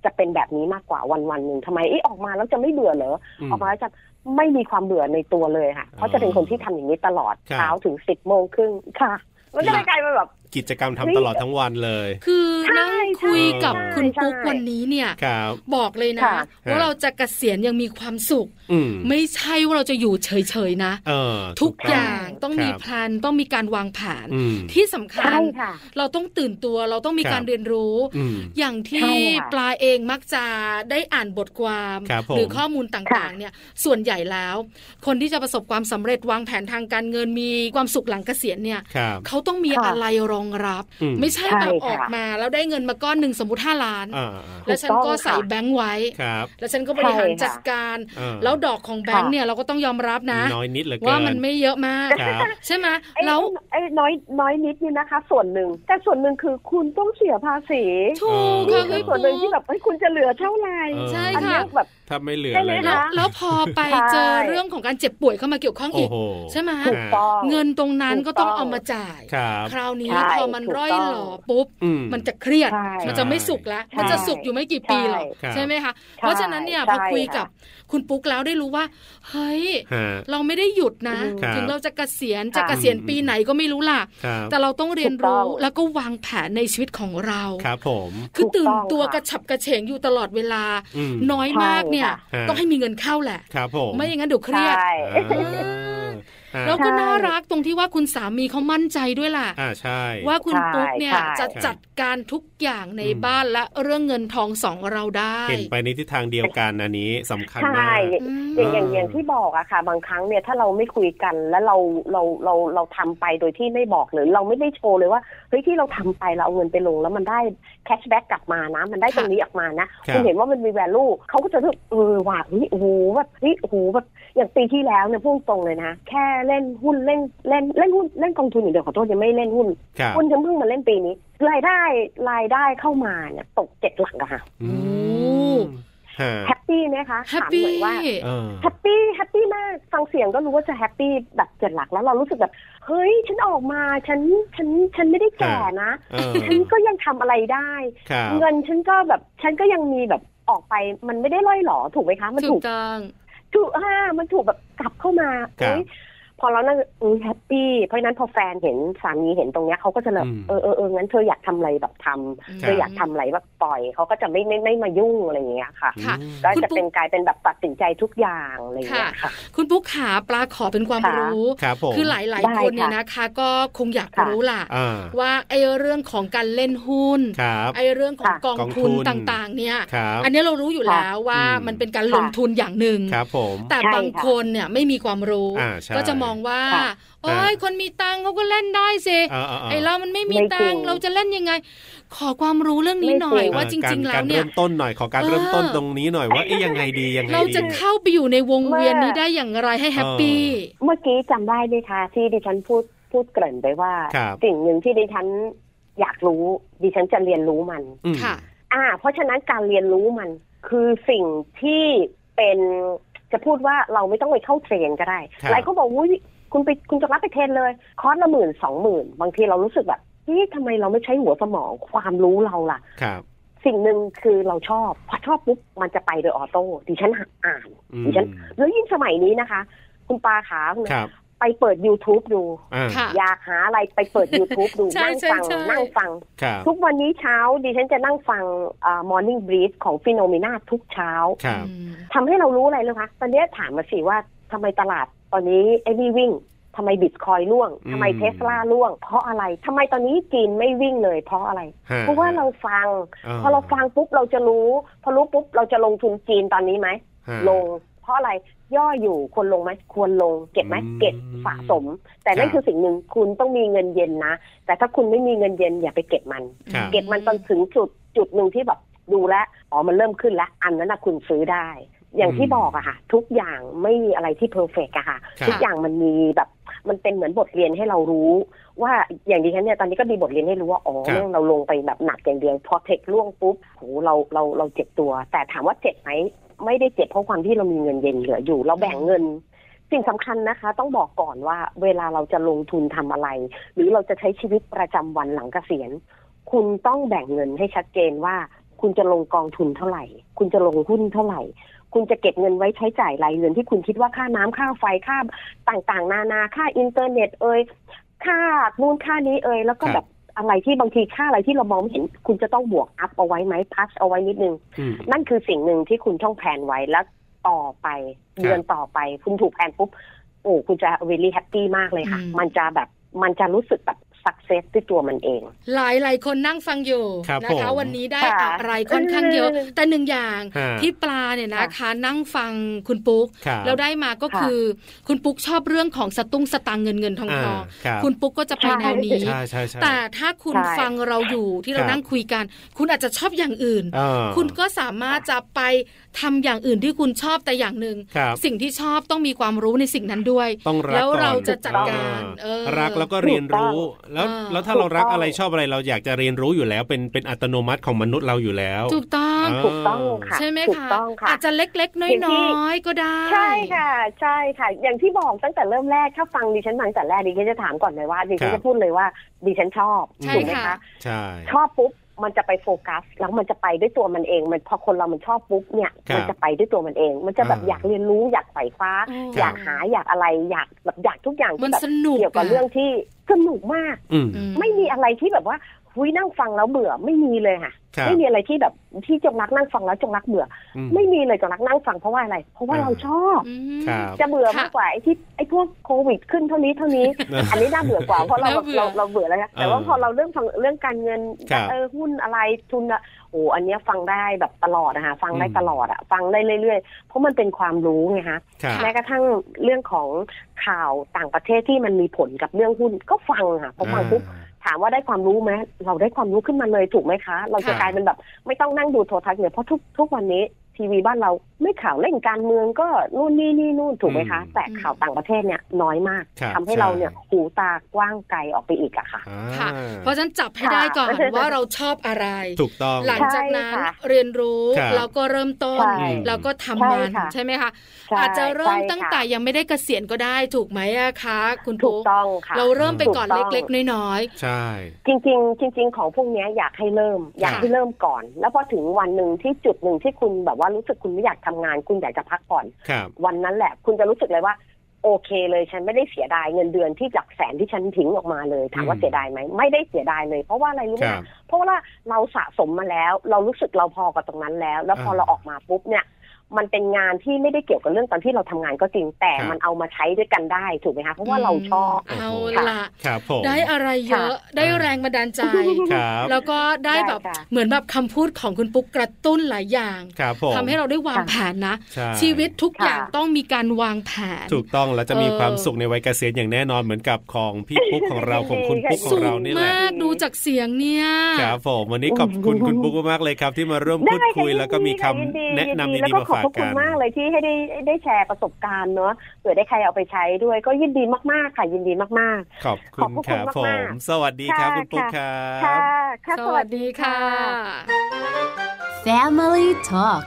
[SPEAKER 5] จะเป็นแบบนี้มากกว่าวันวันๆหนึ่งทำไมเอ๊ะออกมาแล้วจะไม่เบื่อเหรอ
[SPEAKER 2] อืม
[SPEAKER 5] ออกมาแล้วจะไม่มีความเบื่อในตัวเลยค่ะเพราะจะเป็นคนที่ทำอย่างนี้ตลอด
[SPEAKER 2] ครับ
[SPEAKER 5] เช้าถึงสิบโมงครึ่งค่ะมันก็เลยกลายเป็นแบบ
[SPEAKER 2] กิจกรรมทำตลอดทั้งวันเลย
[SPEAKER 1] คือนั่ง
[SPEAKER 5] ใช่
[SPEAKER 1] คุย
[SPEAKER 2] ใช่
[SPEAKER 1] กับ
[SPEAKER 2] ใช่
[SPEAKER 1] คุณปุ๊ก
[SPEAKER 5] ใช่
[SPEAKER 1] วันนี้เนี่ย
[SPEAKER 2] ครับ
[SPEAKER 1] บอกเลยนะ
[SPEAKER 5] ค่ะ
[SPEAKER 1] ว่า
[SPEAKER 2] ฮะ
[SPEAKER 1] เราจะเกษียณยังมีความสุข
[SPEAKER 2] อืม
[SPEAKER 1] ไม่ใช่ว่าเราจะอยู่เฉยๆนะ
[SPEAKER 2] เออ
[SPEAKER 1] ทุก
[SPEAKER 2] ต้
[SPEAKER 1] อย่างต้องมี
[SPEAKER 2] ครับ
[SPEAKER 1] แพลนต้องมีการวางแผน
[SPEAKER 2] อืม
[SPEAKER 1] ที่สำคั
[SPEAKER 5] ใช่
[SPEAKER 1] ญ
[SPEAKER 5] ค่ะ
[SPEAKER 1] เราต้องตื่นตัวเราต้องมี
[SPEAKER 2] ครับ
[SPEAKER 1] การเรียนรู้
[SPEAKER 2] อืม
[SPEAKER 1] อย่าง
[SPEAKER 5] ใช่
[SPEAKER 1] ที่
[SPEAKER 5] ค่ะ
[SPEAKER 1] ปลาเองมักจะได้อ่านบทความ
[SPEAKER 2] ครับผ
[SPEAKER 1] ห
[SPEAKER 2] ม
[SPEAKER 1] รือข้อมูลต่างๆ
[SPEAKER 5] ค่ะ
[SPEAKER 1] เนี่ยส่วนใหญ่แล้ว คนที่จะประสบความสำเร็จวางแผนทางการเงินมีความสุขหลังเกษียณเนี่ย
[SPEAKER 2] ครับ
[SPEAKER 1] เขาต้องมี
[SPEAKER 5] ค่ะ
[SPEAKER 1] อะไรรองรับ
[SPEAKER 2] อืม
[SPEAKER 1] ไม่ใช่
[SPEAKER 5] ใช่
[SPEAKER 1] แบบ
[SPEAKER 5] ค่ะ
[SPEAKER 1] ออกมาแล้วได้เงินมาก้อนหนึ่งสมมติ 5 ล้าน
[SPEAKER 2] อ่า
[SPEAKER 1] แล้วฉันก็
[SPEAKER 5] ถูกต้อง
[SPEAKER 1] ใส่
[SPEAKER 5] ค่ะ
[SPEAKER 1] แบงค์ไว้
[SPEAKER 2] ๆครับ
[SPEAKER 1] แล้วฉันก็บริหาร
[SPEAKER 5] ใช่ค่ะ
[SPEAKER 1] จัดการ
[SPEAKER 2] เออ
[SPEAKER 1] แล้วดอกของแบงค์
[SPEAKER 5] ค่ะ
[SPEAKER 1] เนี่ยเราก็ต้องยอมรับนะ
[SPEAKER 2] น้อยนิดเหลือเกิน
[SPEAKER 1] ว่ามันไม่เยอะมาก
[SPEAKER 2] ครับ
[SPEAKER 1] ใช่ไหม
[SPEAKER 5] เอ้ย
[SPEAKER 1] แล้ว
[SPEAKER 5] เอ้ยน้อยน้อยนิดนี่นะคะ ส่วนหนึ่งแต่ส่วนหนึ่งคือคุณต้องเสียภาษี
[SPEAKER 1] ถูก
[SPEAKER 2] เอ
[SPEAKER 5] นี่
[SPEAKER 1] ค่ะ
[SPEAKER 2] อ
[SPEAKER 5] คื
[SPEAKER 1] คุณ
[SPEAKER 5] อส่วนหนึ่ง
[SPEAKER 1] ปุ๊
[SPEAKER 5] ที่
[SPEAKER 1] ก
[SPEAKER 5] แบบเอ้ยคุณจะเหลือเท่าไหร่
[SPEAKER 2] เออ
[SPEAKER 1] ใช่
[SPEAKER 5] อัน
[SPEAKER 1] ค่ะ
[SPEAKER 5] เนี้ยแบบ
[SPEAKER 2] ถ้าไม่เหลือ
[SPEAKER 5] ได้
[SPEAKER 2] เล
[SPEAKER 5] เลย ย
[SPEAKER 2] นะ
[SPEAKER 5] นะ
[SPEAKER 1] แล้วพอไป
[SPEAKER 5] ใช่
[SPEAKER 1] เจอเรื่องของการเจ็บป่วยเข้ามาเกี่ยวข้อง
[SPEAKER 2] โอ้
[SPEAKER 1] อีก
[SPEAKER 2] โห
[SPEAKER 1] ใช่ไหม
[SPEAKER 5] ถูกต้อง
[SPEAKER 1] เงินตรงนั้นก็ต้อง
[SPEAKER 5] ถูกต้อง
[SPEAKER 1] เอามาจ่าย
[SPEAKER 2] ครับ
[SPEAKER 1] คราวนี้
[SPEAKER 5] ใช่
[SPEAKER 1] พอมัน
[SPEAKER 5] ถูก
[SPEAKER 1] ร่อย
[SPEAKER 5] ต้อง
[SPEAKER 1] หลอปุ๊บ
[SPEAKER 2] อืม
[SPEAKER 1] มันจะเครียด
[SPEAKER 5] ใช่
[SPEAKER 1] มันจะไม่สุขแล้ว
[SPEAKER 5] ใช่
[SPEAKER 1] มันจะสุขอยู่ไม่กี่ปีหรอก
[SPEAKER 2] ใช่
[SPEAKER 1] ใช่ไหมคะเพราะฉะนั้นเนี่ย
[SPEAKER 5] ใช่
[SPEAKER 1] พอคุย
[SPEAKER 5] ค่ะ
[SPEAKER 1] กับคุณปุ๊กแล้วได้รู้ว่าเฮ้ย
[SPEAKER 2] ฮะ
[SPEAKER 1] เราไม่ได้หยุดนะ
[SPEAKER 2] ครับ
[SPEAKER 1] ถึงเราจะเกษียณจะ
[SPEAKER 5] ค่ะ
[SPEAKER 1] เกษียณ
[SPEAKER 2] อืม
[SPEAKER 1] ปีไหนก็ไม่รู้ล่ะ
[SPEAKER 2] ครับ
[SPEAKER 1] แต่เราต้องเรียน
[SPEAKER 5] ถูกต้
[SPEAKER 1] รู้
[SPEAKER 5] อง
[SPEAKER 1] แล้วก็วางแผนในชีวิตของเรา
[SPEAKER 2] ครับผม
[SPEAKER 1] คือตื่นตัว
[SPEAKER 5] ถูกต้องค่ะ
[SPEAKER 1] กระฉับกระเฉงอยู่ตลอดเวลา
[SPEAKER 2] อืม
[SPEAKER 1] น้อยมากเนี่ย
[SPEAKER 2] ใช่ค่ะ
[SPEAKER 1] ต้องให้มีเงินเข้าแหละ
[SPEAKER 2] ครับผม
[SPEAKER 1] ไม่อย่างนั้นเดี๋ยวเครียด
[SPEAKER 5] ใช่
[SPEAKER 2] อ่า
[SPEAKER 1] แล้วก็
[SPEAKER 5] ใช่
[SPEAKER 1] น่ารักตรงที่ว่าคุณสามีเขามั่นใจด้วยล่ะ
[SPEAKER 2] อ่าใช่
[SPEAKER 1] ว่าคุณ
[SPEAKER 5] ใช่
[SPEAKER 1] ปุ๊กเนี่ย
[SPEAKER 5] ใช่
[SPEAKER 1] จะจัดการทุกอย่างใน
[SPEAKER 2] อืม
[SPEAKER 1] บ้านและเรื่องเงินทองสองเราได้
[SPEAKER 2] เห็นไปในทิศทางเดียวกันอันนี้สำคัญ
[SPEAKER 5] ใช่
[SPEAKER 2] มาก
[SPEAKER 5] อย่าง
[SPEAKER 1] อืม
[SPEAKER 5] อย่างอย่าง
[SPEAKER 2] เออ
[SPEAKER 5] อ
[SPEAKER 2] อย่าง
[SPEAKER 5] ที่บอกอะค่ะ บางครั้งเนี่ยถ้าเราไม่คุยกันแล้วเราเราเราเราทำไปโดยที่ไม่บอกหรือเราไม่ได้โชว์เลยว่าเฮ้ยที่เราทำไปเราเอาเงินไปลงแล้วมันได้แคชแบ็กกลับมานะ มันได้
[SPEAKER 1] ค่ะ
[SPEAKER 5] ตรงนี้ออกมานะ
[SPEAKER 2] ครับ
[SPEAKER 5] คุณเห็นว่ามันมีแวลูเขาก็จะรู้สึกเออว่าเฮ้ยโอ้โหแบบเฮ้ยโอ้โหแบบอย่างปีที่แล้วเนี่ยพูดตรงเลยนะแค่เล่นหุ้นเล่นเล่นเล่นหุ้นเล่นกองทุนอย่างเดียวขอโทษยังไม่เล่นหุ้น
[SPEAKER 2] ครับ
[SPEAKER 5] หุ้นฉันเพิ่งมาเล่นปีนี้รายได้รายได้เข้ามาเนี่ยตกเจ็ดหลักอะค่ะ
[SPEAKER 2] อืมฮะ
[SPEAKER 5] แฮปปี้ไหมคะ
[SPEAKER 1] แฮป
[SPEAKER 5] ถามห
[SPEAKER 1] ปี้
[SPEAKER 5] น่อยว่า
[SPEAKER 2] เออ
[SPEAKER 5] แฮปปี้แฮปปี้มากฟังเสียงก็รู้ว่าจะแฮปปี้แบบเจ็ดหลักแล้วเรารู้สึกแบบ เฮ้ย ฉันออกมาฉันฉันฉันไม่ได้แก่นะ
[SPEAKER 2] เออ
[SPEAKER 5] ฉันก็ยังทำอะไรได้
[SPEAKER 2] ครับ
[SPEAKER 5] เงินฉันก็แบบฉันก็ยังมีแบบออกไปมันไม่ได้ล่อยหลอถูกไหมคะ มัน
[SPEAKER 1] ถู
[SPEAKER 5] ถู
[SPEAKER 1] ก
[SPEAKER 5] ก
[SPEAKER 1] ต้อง
[SPEAKER 5] ถูกอ่ามันถูกแบบกลับเข้ามา
[SPEAKER 2] ครับ
[SPEAKER 5] เอ้ยพ พอเรานั่งแฮปปี้เพราะฉะนั้นพอแฟนเห็นสามีเห็นตรงเนี้ยเขาก็จะแบบ
[SPEAKER 2] อืม
[SPEAKER 5] เออเออเอองั้นเธออยากทำอะไรแบบทำ
[SPEAKER 1] ม
[SPEAKER 5] เธออยากทำอะไรแบบปล่อยเขาก็จะไม่ไม่ไม่มายุ่งอะไรอย่างเงี้ยค่ะ
[SPEAKER 1] ค่ะ
[SPEAKER 2] อืม
[SPEAKER 5] ก็
[SPEAKER 1] คุณ
[SPEAKER 5] จะ
[SPEAKER 1] ปุ๊
[SPEAKER 5] เป็นกลายเป็นแบบตัดสินใจทุกอย่างอะไรอย่างเงี้ยค่ะ
[SPEAKER 1] คุณปุ๊กขาปลาขอเป็นความ
[SPEAKER 5] ค่ะ
[SPEAKER 1] รู้
[SPEAKER 2] ครับผม
[SPEAKER 1] คือหลาย
[SPEAKER 5] ได้
[SPEAKER 1] ๆคนเนี่ย
[SPEAKER 5] ค่ะ
[SPEAKER 1] นะคะ ก็คงอยาก
[SPEAKER 5] ค่ะ
[SPEAKER 1] รู้ล่ะ
[SPEAKER 2] อ่า
[SPEAKER 1] ว่าไอ้เรื่องของการเล่นหุ้น
[SPEAKER 2] ครับ
[SPEAKER 1] ไอ้เรื่องของ
[SPEAKER 5] ค่ะ
[SPEAKER 1] กอง
[SPEAKER 2] กองทุ
[SPEAKER 1] ทุน
[SPEAKER 2] น
[SPEAKER 1] ต่างๆ เนี่ย
[SPEAKER 2] ครับ
[SPEAKER 1] อันเนี้ยเรารู้อยู่
[SPEAKER 5] ค่ะ
[SPEAKER 1] แล้วว่า
[SPEAKER 2] อืม
[SPEAKER 1] มันเป็นการ
[SPEAKER 5] ค่ะ
[SPEAKER 1] ลงทุนอย่างหนึ่ง
[SPEAKER 2] ครับผม
[SPEAKER 1] แต่
[SPEAKER 5] ใช่
[SPEAKER 1] บาง
[SPEAKER 5] ค่ะ
[SPEAKER 1] คนเนี่ยไม่มีความรู้
[SPEAKER 2] อ่าใช่
[SPEAKER 1] ก็จะมองว่า
[SPEAKER 5] ค่ะ
[SPEAKER 1] โอ้ย
[SPEAKER 2] อ่า
[SPEAKER 1] คนมีตังค์เขาก็เล่นได้สิ
[SPEAKER 2] อ่าๆๆ
[SPEAKER 1] ไอเรามันไม่มี
[SPEAKER 5] ไม่
[SPEAKER 1] ตัง
[SPEAKER 5] จริ
[SPEAKER 1] ค์
[SPEAKER 5] ง
[SPEAKER 1] เราจะเล่นยังไง ขอความรู้เรื่องนี้
[SPEAKER 5] ไม่
[SPEAKER 1] หน่อย
[SPEAKER 5] จริง
[SPEAKER 2] อ่
[SPEAKER 1] ว่าจริง ๆ
[SPEAKER 2] กา
[SPEAKER 1] แล้ว
[SPEAKER 2] การ
[SPEAKER 1] เนี่ย
[SPEAKER 2] เริ่มต้นหน่อยขอการ
[SPEAKER 1] เออ
[SPEAKER 2] เริ่มต้นตรงนี้หน่อยว่าเอ๊ยยังไงดียังไง
[SPEAKER 1] เราจะ
[SPEAKER 2] ดี
[SPEAKER 1] เข้าไปอยู่ในวงเวียนนี้ได้อย่างไรให้แฮปปี้
[SPEAKER 5] เมื่อกี้จำได้ไหมคะที่ดิฉันพูดพูดเกริ่นไปว่า
[SPEAKER 2] ครับ
[SPEAKER 5] สิ่งหนึ่งที่ดิฉันอยากรู้ ดิฉันจะเรียนรู้มัน
[SPEAKER 2] อืม
[SPEAKER 1] ค่ะ
[SPEAKER 5] อ่า เพราะฉะนั้นการเรียนรู้มัน คือสิ่งที่เป็นจะพูดว่าเราไม่ต้องไปเข้าเทรนก็ได้
[SPEAKER 2] ครับ
[SPEAKER 5] หลายคนบอกวุ้ยคุณไปคุณจะรับไปเทรนเลย คอร์สละหมื่นสองหมื่นบางทีเรารู้สึกแบบเฮ้ยทำไมเราไม่ใช้หัวสมองความรู้เราล่ะ
[SPEAKER 2] ครับ
[SPEAKER 5] สิ่งหนึ่งคือเราชอบพอชอบปุ๊บมันจะไปโดยออโต้ดิฉันอ่าน
[SPEAKER 2] อืม
[SPEAKER 5] ดิฉัน แล้วยิ่งสมัยนี้นะคะ คุณปาขาคุณ
[SPEAKER 2] ครับ
[SPEAKER 5] ไปเปิด YouTube ดู
[SPEAKER 2] อ่า
[SPEAKER 1] ค่ะ
[SPEAKER 5] อยากหาอะไรไปเปิด YouTube ดู
[SPEAKER 1] ใช่
[SPEAKER 5] นั่งฟัง
[SPEAKER 1] ใช่ใช่
[SPEAKER 5] นั่งฟัง
[SPEAKER 2] ครับ
[SPEAKER 5] ทุกวันนี้เช้า ดิฉันจะนั่งฟังมอร์นิ่งบรีฟของฟิโนเมนาทุกเช้า
[SPEAKER 2] ครับ
[SPEAKER 1] อืม
[SPEAKER 5] ทำให้เรารู้อะไรเลยคะ ตอนนี้ถามมาสิว่าทำไมตลาดตอนนี้ไอ้นี่วิ่งทำไมบิตคอยล่วงทำไม
[SPEAKER 2] อืม
[SPEAKER 5] เทสลาล่วง เพราะอะไรทำไมตอนนี้จีนไม่วิ่งเลย เพราะอะไร
[SPEAKER 2] ฮ
[SPEAKER 5] เพราะว่าเราฟัง
[SPEAKER 2] า
[SPEAKER 5] พอเราฟังปุ๊บเราจะรู้ พอรู้ปุ๊บเราจะลงทุนจีนตอนนี้ไหม
[SPEAKER 2] ฮะ
[SPEAKER 5] ลง เพราะอะไรย่ออยู่ควรลงไหมควรลง เก็บไหม
[SPEAKER 2] อืม
[SPEAKER 5] เก็บสะสม แต่นั่น
[SPEAKER 2] ครับ
[SPEAKER 5] คือสิ่งหนึ่งคุณต้องมีเงินเย็นนะ แต่ถ้าคุณไม่มีเงินเย็นอย่าไปเก็บมัน
[SPEAKER 2] ครับ
[SPEAKER 5] เก็บมันจนถึงจุดจุดหนึ่งที่แบบดูแลวอ๋อมันเริ่มขึ้นแล้ว อันนั้นนะคุณซื้อได้ อย่างที่
[SPEAKER 2] อืม
[SPEAKER 5] บอกอะค่ะ ทุกอย่างไม่มีอะไรที่เพอร์เฟกอะค่ะ
[SPEAKER 2] ครับ
[SPEAKER 5] ทุกอย่างมันมีแบบ มันเป็นเหมือนบทเรียนให้เรารู้ ว่าอย่างดิฉันเนี่ยตอนนี้ก็มีบทเรียนให้รู้ว่าอ๋อ
[SPEAKER 2] ครับ
[SPEAKER 5] เรื่องเราลงไปแบบหนักอย่างเดียวพอเทคล่วงปุ๊บโหเราเราเราเจ็บตัว แต่ถามว่าเจ็บไหมไม่ได้เจ็บเพราะความที่เรามีเงินเย็นเหลืออยู่ เราแบ่งเงิน สิ่งสำคัญนะคะ ต้องบอกก่อนว่าเวลาเราจะลงทุนทำอะไร หรือเราจะใช้ชีวิตประจำวันหลังเกษียณ คุณต้องแบ่งเงินให้ชัดเจนว่า คุณจะลงกองทุนเท่าไหร่ คุณจะลงหุ้นเท่าไหร่ คุณจะเก็บเงินไว้ใช้จ่ายรายเดือนที่คุณคิดว่าค่าน้ำค่าไฟค่าต่างๆ นานาค่าอินเทอร์เน็ตเอ่ยค่านู่นค่านี้เอ่ยแล้วก็
[SPEAKER 2] ค
[SPEAKER 5] แบ
[SPEAKER 2] รับ
[SPEAKER 5] บอะไรที่บางทีค่าอะไรที่เรามองไม่เห็น คุณจะต้องบวกอัพเอาไว้ไหมพัชเอาไว้นิดนึง
[SPEAKER 2] อืม
[SPEAKER 5] นั่นคือสิ่งหนึ่งที่คุณต้องแพลนไว้แล้วต่อไป
[SPEAKER 2] ครับ
[SPEAKER 5] เดือนต่อไป คุณถูกแพลนปุ๊บ โอ้คุณจะ really happy มากเลยค่ะ
[SPEAKER 1] อืม
[SPEAKER 5] มันจะแบบมันจะรู้สึกแบบ success ด้วยตัวมันเอง
[SPEAKER 1] หลายหลายๆคนนั่งฟังอยู่
[SPEAKER 2] ครับ
[SPEAKER 1] นะ
[SPEAKER 2] ผม
[SPEAKER 1] คะ วันนี้ได้
[SPEAKER 5] ค่ะ
[SPEAKER 1] อะไรค่อนข้างเยอะ
[SPEAKER 5] เออ
[SPEAKER 1] แต่หนึ่งอย่าง
[SPEAKER 2] ฮะ
[SPEAKER 1] ที่ปลาเนี่ยนะ
[SPEAKER 5] ค่ะ
[SPEAKER 1] คะนั่งฟังคุณปุ๊ก
[SPEAKER 2] ครับ
[SPEAKER 1] แล้วได้มาก็
[SPEAKER 5] ค่ะ
[SPEAKER 1] คือ คุณปุ๊กชอบเรื่องของสตุ้งสตางค์เงินเงินทองทอง
[SPEAKER 2] ครับ
[SPEAKER 1] คุณปุ๊กก็จะไป
[SPEAKER 5] ใช่
[SPEAKER 1] แนวนี้
[SPEAKER 2] ใช่ใช่ใช่
[SPEAKER 1] แต่ถ้าคุณ
[SPEAKER 5] ใช่
[SPEAKER 1] ฟังเราอยู่ที่
[SPEAKER 2] ครั
[SPEAKER 1] เรา
[SPEAKER 2] บ
[SPEAKER 1] นั่งคุยกัน คุณอาจจะชอบอย่างอื่น
[SPEAKER 2] อ่า
[SPEAKER 1] คุณก็สามารถจะไปทำอย่างอื่นที่คุณชอบแต่อย่างหนึ่ง
[SPEAKER 2] ครับ
[SPEAKER 1] สิ่งที่ชอบต้องมีความรู้ในสิ่งนั้นด้วย
[SPEAKER 2] ต้องรัก
[SPEAKER 1] แล้วเรา
[SPEAKER 2] ก่อน
[SPEAKER 1] จะจัดการ
[SPEAKER 2] อ่
[SPEAKER 1] เออ
[SPEAKER 2] รักแล้วก็เรียนรู้ แล้ว
[SPEAKER 1] อ่า
[SPEAKER 2] แล้วถ้าเรารัก
[SPEAKER 5] ถูกต้อง
[SPEAKER 2] อะไรชอบอะไรเราอยากจะเรียนรู้อยู่แล้ว เป็นเป็นอัตโนมัติของมนุษย์เราอยู่แล้ว
[SPEAKER 1] ถูกต้อง
[SPEAKER 2] อ่า
[SPEAKER 5] ถูกต้องค่ะ
[SPEAKER 1] ใช่ไหม
[SPEAKER 5] ถูก
[SPEAKER 1] คะ
[SPEAKER 5] ต้องค่ะ
[SPEAKER 1] อาจจะเล็กๆ
[SPEAKER 5] อย่างที่
[SPEAKER 1] น้อยๆ ก็ได้
[SPEAKER 5] ใช่ค่ะ ใช่ค่ะ อย่างที่บอกตั้งแต่เริ่มแรก ถ้าฟังดิฉันมาตั้งแต่แรกดิฉันจะถามก่อนเลยว่าดิ
[SPEAKER 2] ค
[SPEAKER 5] ฉัน
[SPEAKER 2] รับ
[SPEAKER 5] จะพูดเลยว่าดิฉันชอบ
[SPEAKER 1] ใช่
[SPEAKER 5] ถูกไหม
[SPEAKER 1] ค่ะ
[SPEAKER 5] คะ
[SPEAKER 2] ใช่
[SPEAKER 5] ชอบปุ๊บมันจะไปโฟกัส แล้วมันจะไปด้วยตัวมันเอง มันพอคนเรามันชอบปุ๊บเนี่ย
[SPEAKER 2] ครับ
[SPEAKER 5] มัจะไปด้วยตัวมันเอง มันจะแบบ
[SPEAKER 2] อ่า
[SPEAKER 5] อยากเรียนรู้อยากใฝ่คว้า
[SPEAKER 1] อืม
[SPEAKER 5] อยากหาอยากอะไรอยากแบบอยากทุกอย่าง
[SPEAKER 1] มั
[SPEAKER 5] ที่
[SPEAKER 1] น
[SPEAKER 5] แบบ
[SPEAKER 1] สนุก
[SPEAKER 5] เกี่ยวกับ
[SPEAKER 1] ะ
[SPEAKER 5] เรื่องที่สนุกมาก
[SPEAKER 2] อืม
[SPEAKER 1] อื
[SPEAKER 5] ไม่มีอะไรที่แบบว่าหุยนั่งฟังแล้วเบื่อไม่มีเลยค่ะ
[SPEAKER 2] ครับ
[SPEAKER 5] ไม่มีอะไรที่แบบที่จงรักนั่งฟังแล้วจงรักเบื่อ
[SPEAKER 2] อืม
[SPEAKER 5] อไม่มีเลยจงรักนั่งฟังเพราะว่าอะไร เพราะว่า
[SPEAKER 2] อ่า
[SPEAKER 5] เราชอบ
[SPEAKER 1] อืม
[SPEAKER 2] ครับ
[SPEAKER 5] จะเบื่อ
[SPEAKER 1] ค่ะ
[SPEAKER 5] มากกว่าไอ้ที่ไอ้พวกโควิดขึ้นเท่านี้เท่านี้ อันนี้น่าเบื่อกว่าเพราะเรา
[SPEAKER 1] น่าเบื่อ
[SPEAKER 5] เราเราเบื่อแล้วนะแต่ว่าพอเราเรื่องฟังเรื่องการเงิน
[SPEAKER 2] ครับ
[SPEAKER 5] เออหุ้นอะไรทุนอะโอ้อันเนี้ยฟังได้แบบตลอดนะคะฟังได้
[SPEAKER 2] อืม
[SPEAKER 5] ตลอดอะฟังได้เรื่อยๆ เพราะมันเป็นความรู้ไงคะ
[SPEAKER 2] ครับ
[SPEAKER 5] แม้กระทั่งเรื่องของข่าวต่างประเทศที่มันมีผลกับเรื่องหุ้นก็ฟังค่ะพอฟังปุ๊บ
[SPEAKER 2] อ่า
[SPEAKER 5] ถามว่าได้ความรู้ไหมเราได้ความรู้ขึ้นมาเลยถูกไหมคะ เราจะ
[SPEAKER 2] ค่ะ
[SPEAKER 5] กลายเป็นแบบ ไม่ต้องนั่งดูโทรทัศน์เลยเพราะทุกทุกวันนี้ทีวีบ้านเราไม่ข่าวเล่นการเมืองก็นู่นนี่นี่นู่นถูกไหมคะ
[SPEAKER 2] อืม
[SPEAKER 5] แต่ข่าวต่างประเทศเนี่ยน้อยมาก
[SPEAKER 2] ครับ
[SPEAKER 5] ทำให้
[SPEAKER 2] ใช่
[SPEAKER 5] เราเนี่ยหูตากว้างไกลออกไปอีกอะค่ะ
[SPEAKER 2] อ่า
[SPEAKER 1] ค่ะ เพราะฉะนั้นจับให้ได้ก่อน
[SPEAKER 5] ค่ะ
[SPEAKER 1] ว่าเราชอบอะไร
[SPEAKER 2] ถูกต้อง
[SPEAKER 1] หลังจากนั้น
[SPEAKER 5] ใช่ค่ะ
[SPEAKER 1] เรียนรู้
[SPEAKER 2] ครับ
[SPEAKER 1] แล้วก็เริ่มต้น
[SPEAKER 5] ใช่
[SPEAKER 1] แล้วก็ทำมัน
[SPEAKER 5] ใช่ค่ะ
[SPEAKER 1] ใช่ไหมคะ
[SPEAKER 5] ใช่
[SPEAKER 1] อาจจะเริ่ม
[SPEAKER 5] ใช่
[SPEAKER 1] ตั้ง
[SPEAKER 5] ค่ะ
[SPEAKER 1] แต่ยังไม่ได้เกษียณก็ได้ถูกไหมอะคะคุณ
[SPEAKER 5] ถูก
[SPEAKER 1] ปุ๊ก
[SPEAKER 5] ต้องค่ะ
[SPEAKER 1] เราเริ่มไป
[SPEAKER 5] ถูก
[SPEAKER 1] ก่อน
[SPEAKER 5] ต้อง
[SPEAKER 1] เล็กๆ น้อย
[SPEAKER 2] ใช่
[SPEAKER 5] จริงๆ จริง ๆ ของพวกเนี้ยอยากให้เริ่ม อยาก
[SPEAKER 2] ค่ะ
[SPEAKER 5] ให้เริ่มก่อน แล้วพอถึงวันหนึ่งที่จุดหนึ่งที่คุณแบบว่ารู้สึกคุณไม่อยากทำงาน คุณอยากจะพักผ่อน
[SPEAKER 2] ครับ
[SPEAKER 5] วันนั้นแหละ คุณจะรู้สึกเลยว่า โอเคเลยฉันไม่ได้เสียดายเงินเดือนที่หลักแสนที่ฉันทิ้งออกมาเลยถามว่า
[SPEAKER 2] อืม
[SPEAKER 5] เสียดายไหมไม่ได้เสียดายเลย เพราะว่าอะไรรู้ไห
[SPEAKER 2] ค
[SPEAKER 5] ม
[SPEAKER 2] รับ
[SPEAKER 5] คะเพราะว่าเราสะสมมาแล้ว เรารู้สึกเราพอกับตรงนั้นแล้ว แล้วพอ
[SPEAKER 2] อ่า
[SPEAKER 5] เราออกมาปุ๊บเนี่ยมันเป็นงานที่ไม่ได้เกี่ยวกับเรื่องตอนที่เราทำงานก็จริงแต่
[SPEAKER 2] ครับ
[SPEAKER 5] มันเอามาใช้ด้วยกันได้ถูกไหมคะเพราะว่าเราชอบ
[SPEAKER 1] มเอาละ
[SPEAKER 2] ครับผม
[SPEAKER 1] ได้อะไรเยอะ ได้แรงบันดาลใจ
[SPEAKER 2] ครับ
[SPEAKER 1] แล้วก็ได้แบบ
[SPEAKER 5] ได้ค่ะ
[SPEAKER 1] เหมือนแบบคำพูดของคุณปุ๊กกระตุ้นหลายอย่าง
[SPEAKER 2] ครับผม
[SPEAKER 1] ทำให้เราได้วางแผนนะ
[SPEAKER 2] ใช่
[SPEAKER 1] ชีวิตทุกอย่าง
[SPEAKER 5] ค่ะ
[SPEAKER 1] ต้องมีการวางแผน
[SPEAKER 2] ถูกต้องแล้วจะมี
[SPEAKER 1] เออ
[SPEAKER 2] ความสุขในวัยเกษียณอย่างแน่นอนเหมือนกับของพี่ปุ๊กของเราของคุณปุ๊กขอ
[SPEAKER 1] สู
[SPEAKER 2] ง
[SPEAKER 1] ง
[SPEAKER 2] เรานี่แหละ
[SPEAKER 1] มากดูจากเสียงเนี่ย
[SPEAKER 2] ครับผมวันนี้ขอบคุณคุณปุ๊กมากๆเลยครับ ที่มาร่วมพูด
[SPEAKER 5] ได้ะ
[SPEAKER 2] คุย
[SPEAKER 5] นดี
[SPEAKER 2] แล้วก็มีคำ
[SPEAKER 5] ค่ะยิดี
[SPEAKER 2] แนะนำ
[SPEAKER 5] ยิ
[SPEAKER 2] ดี
[SPEAKER 5] แล้ว
[SPEAKER 2] ๆมา
[SPEAKER 5] ก็ขอบ
[SPEAKER 2] ฝาก
[SPEAKER 5] พระคุ
[SPEAKER 2] กั
[SPEAKER 5] ณ
[SPEAKER 2] น
[SPEAKER 5] มากเลยที่ให้ได้ได้แชร์ประสบการณ์เนอะเผื่อได้ใครเอาไปใช้ด้วยก็ยินดีมากๆค่ะยินดีมาก
[SPEAKER 2] ขอบคุณ
[SPEAKER 5] ขอบ
[SPEAKER 2] ค
[SPEAKER 5] พระ
[SPEAKER 2] รับ
[SPEAKER 5] คุ
[SPEAKER 2] ผ
[SPEAKER 5] ณมากๆ
[SPEAKER 2] ม สวัสดีครับ
[SPEAKER 5] ค่ะ
[SPEAKER 2] คุณปุ๊กครั
[SPEAKER 5] ๆ ค่ะ
[SPEAKER 2] บ
[SPEAKER 5] ค่ะ
[SPEAKER 1] สวัสดีค่ะ
[SPEAKER 4] Family Talk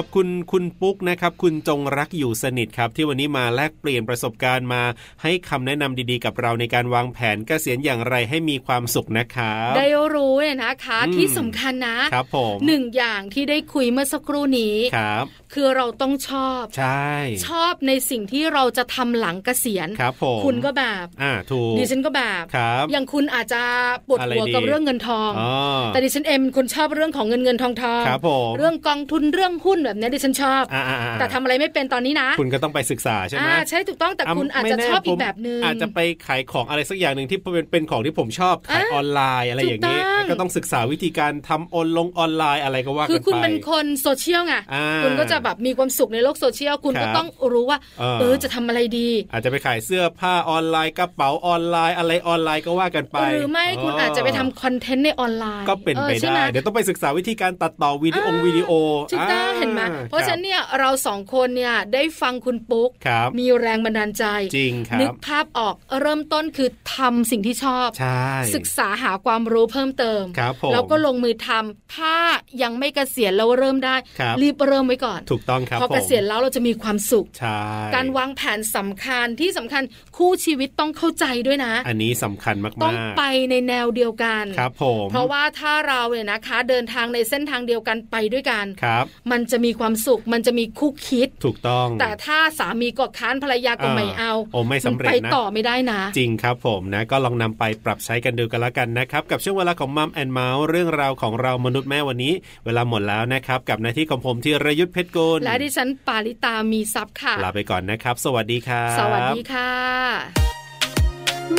[SPEAKER 2] ขอบคุณคุณปุ๊กนะครับ คุณจงรักอยู่สนิทครับ ที่วันนี้มาแลกเปลี่ยนประสบการณ์มา ให้คำแนะนำดีๆ กับเราในการวางแผนเกษียณอย่างไรให้มีความสุขนะครับ
[SPEAKER 1] ได้รู้เนี่ยนะคะ
[SPEAKER 2] อืม
[SPEAKER 1] ที่สำคัญนะครับ
[SPEAKER 2] ผม
[SPEAKER 1] หนึ่งอย่างที่ได้คุยเมื่อสักครู่นี้
[SPEAKER 2] ครับ
[SPEAKER 1] คือเราต้องชอบ
[SPEAKER 2] ใช่
[SPEAKER 1] ชอบในสิ่งที่เราจะทำหลังเกษียณ
[SPEAKER 2] ครับผม
[SPEAKER 1] คุณก็แบบ
[SPEAKER 2] อ่าถูก
[SPEAKER 1] ดิฉันก็แบบ
[SPEAKER 2] ครับ
[SPEAKER 1] อย่างคุณอาจจะปวดหัวกับเรื่องเงินทอง
[SPEAKER 2] อ๋อ
[SPEAKER 1] แต่ดิฉันเอ็มเป็นคนชอบเรื่องของเงินเงินทองทอง
[SPEAKER 2] ครับผม
[SPEAKER 1] เรื่องกองทุนเรื่องหุ้นแบบเนี้ยดิฉันชอบ
[SPEAKER 2] อ่าๆๆ
[SPEAKER 1] แต่ทำอะไรไม่เป็นตอนนี้นะ
[SPEAKER 2] คุณก็ต้องไปศึกษาใช่ไหม
[SPEAKER 1] อ่าใช่ถูกต้องแต่คุณอาจจะ
[SPEAKER 2] ไม่แน่
[SPEAKER 1] ชอบอี
[SPEAKER 2] ผ
[SPEAKER 1] ก
[SPEAKER 2] ม
[SPEAKER 1] แบบหนึง
[SPEAKER 2] อาจจะไปขายของอะไรสักอย่างหนึ่งที่เป็นเป็นของที่ผมชอบขาย
[SPEAKER 1] อ่ะ
[SPEAKER 2] ออนไลน์อะไรอย่างนี้
[SPEAKER 1] ถูกต้อง
[SPEAKER 2] ก็ต้องศึกษาวิธีการทำออนลงออนไลน์อะไรก็ว่า
[SPEAKER 1] คือ
[SPEAKER 2] กั
[SPEAKER 1] น คุณ
[SPEAKER 2] ไป
[SPEAKER 1] เป็นคนโซเชียลไง
[SPEAKER 2] อ่า
[SPEAKER 1] คุณก็จะแบบมีความสุขในโลกโซเชียลคุณ
[SPEAKER 2] ครับ
[SPEAKER 1] ก็ต้องรู้ว่า
[SPEAKER 2] เออ
[SPEAKER 1] เออจะทำอะไรดี
[SPEAKER 2] อาจจะไปขายเสื้อผ้าออนไลน์กระเป๋าออนไลน์อะไรออนไลน์ก็ว่ากันไป
[SPEAKER 1] หรือไม่คุณอาจจะไปทำคอนเทนต์ในออนไลน์
[SPEAKER 2] ก็เป็น
[SPEAKER 1] ออ
[SPEAKER 2] ไป
[SPEAKER 1] ใช่
[SPEAKER 2] ได้
[SPEAKER 1] หม
[SPEAKER 2] เดี๋ยวต้องไปศึกษาวิธีการตัดต่อวิดีโอ
[SPEAKER 1] อ่า
[SPEAKER 2] วิดีโอ
[SPEAKER 1] ถูกต้อง
[SPEAKER 2] อ่
[SPEAKER 1] เห็นไหมเพราะฉะนั้นเนี่ยเราสองคนเนี่ยได้ฟังคุณปุ๊ก
[SPEAKER 2] ครับ
[SPEAKER 1] มีแรงบันดาลใจ
[SPEAKER 2] จริงครั
[SPEAKER 1] นึ
[SPEAKER 2] บ
[SPEAKER 1] กภาพออกเริ่มต้นคือทำสิ่งที่ชอบ
[SPEAKER 2] ใช่
[SPEAKER 1] ศึกษาหาความรู้เพิ่มเติม
[SPEAKER 2] ครับผม
[SPEAKER 1] แล้วก็ลงมือทำถ้ายังไม่เกษียณแล้วเริ่มได้
[SPEAKER 2] ครับ
[SPEAKER 1] รีบเริ่มไว้ก่อน
[SPEAKER 2] ถูกต้องครับ
[SPEAKER 1] พอเก
[SPEAKER 2] ผม
[SPEAKER 1] ษียณแล้วเราจะมีความสุข
[SPEAKER 2] ใช่
[SPEAKER 1] การวางแผนสำคัญที่สำคัญคู่ชีวิตต้องเข้าใจด้วยนะ
[SPEAKER 2] อันนี้สำคัญมากๆ
[SPEAKER 1] ต้องไปในแนวเดียวกัน
[SPEAKER 2] ครับผม
[SPEAKER 1] เพราะว่าถ้าเราเนี่ยนะคะ เดินทางในเส้นทางเดียวกันไปด้วยกัน
[SPEAKER 2] ครับ
[SPEAKER 1] มันจะมีความสุข มันจะมีคู่คิด
[SPEAKER 2] ถูกต้อง
[SPEAKER 1] แต่ถ้าสามีก็ค้านภรรยาก็
[SPEAKER 2] อ่า
[SPEAKER 1] ไม่เอา
[SPEAKER 2] โอ้ไม่สำเร็
[SPEAKER 1] น
[SPEAKER 2] จนะ
[SPEAKER 1] ไปต่อไม่ได้นะ
[SPEAKER 2] จริงครับผมนะก็ลองนำไปปรับใช้กันดูกันละกันนะครับ กับช่วงเวลาของมัมแอนเมาส์เรื่องราวของเรามนุษย์แม่วันนี้ เวลาหมดแล้วนะครับ กับหน้าที่ของผมที่รยุทธเพชรกุล
[SPEAKER 1] และดิฉันปาริตามีซับค่ะ
[SPEAKER 2] ลาไปก่อนนะครับ สวัสดีครับ
[SPEAKER 1] สวัสดีค่ะ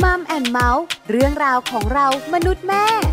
[SPEAKER 4] มัมแอนเมาส์เรื่องราวของเรามนุษย์แม่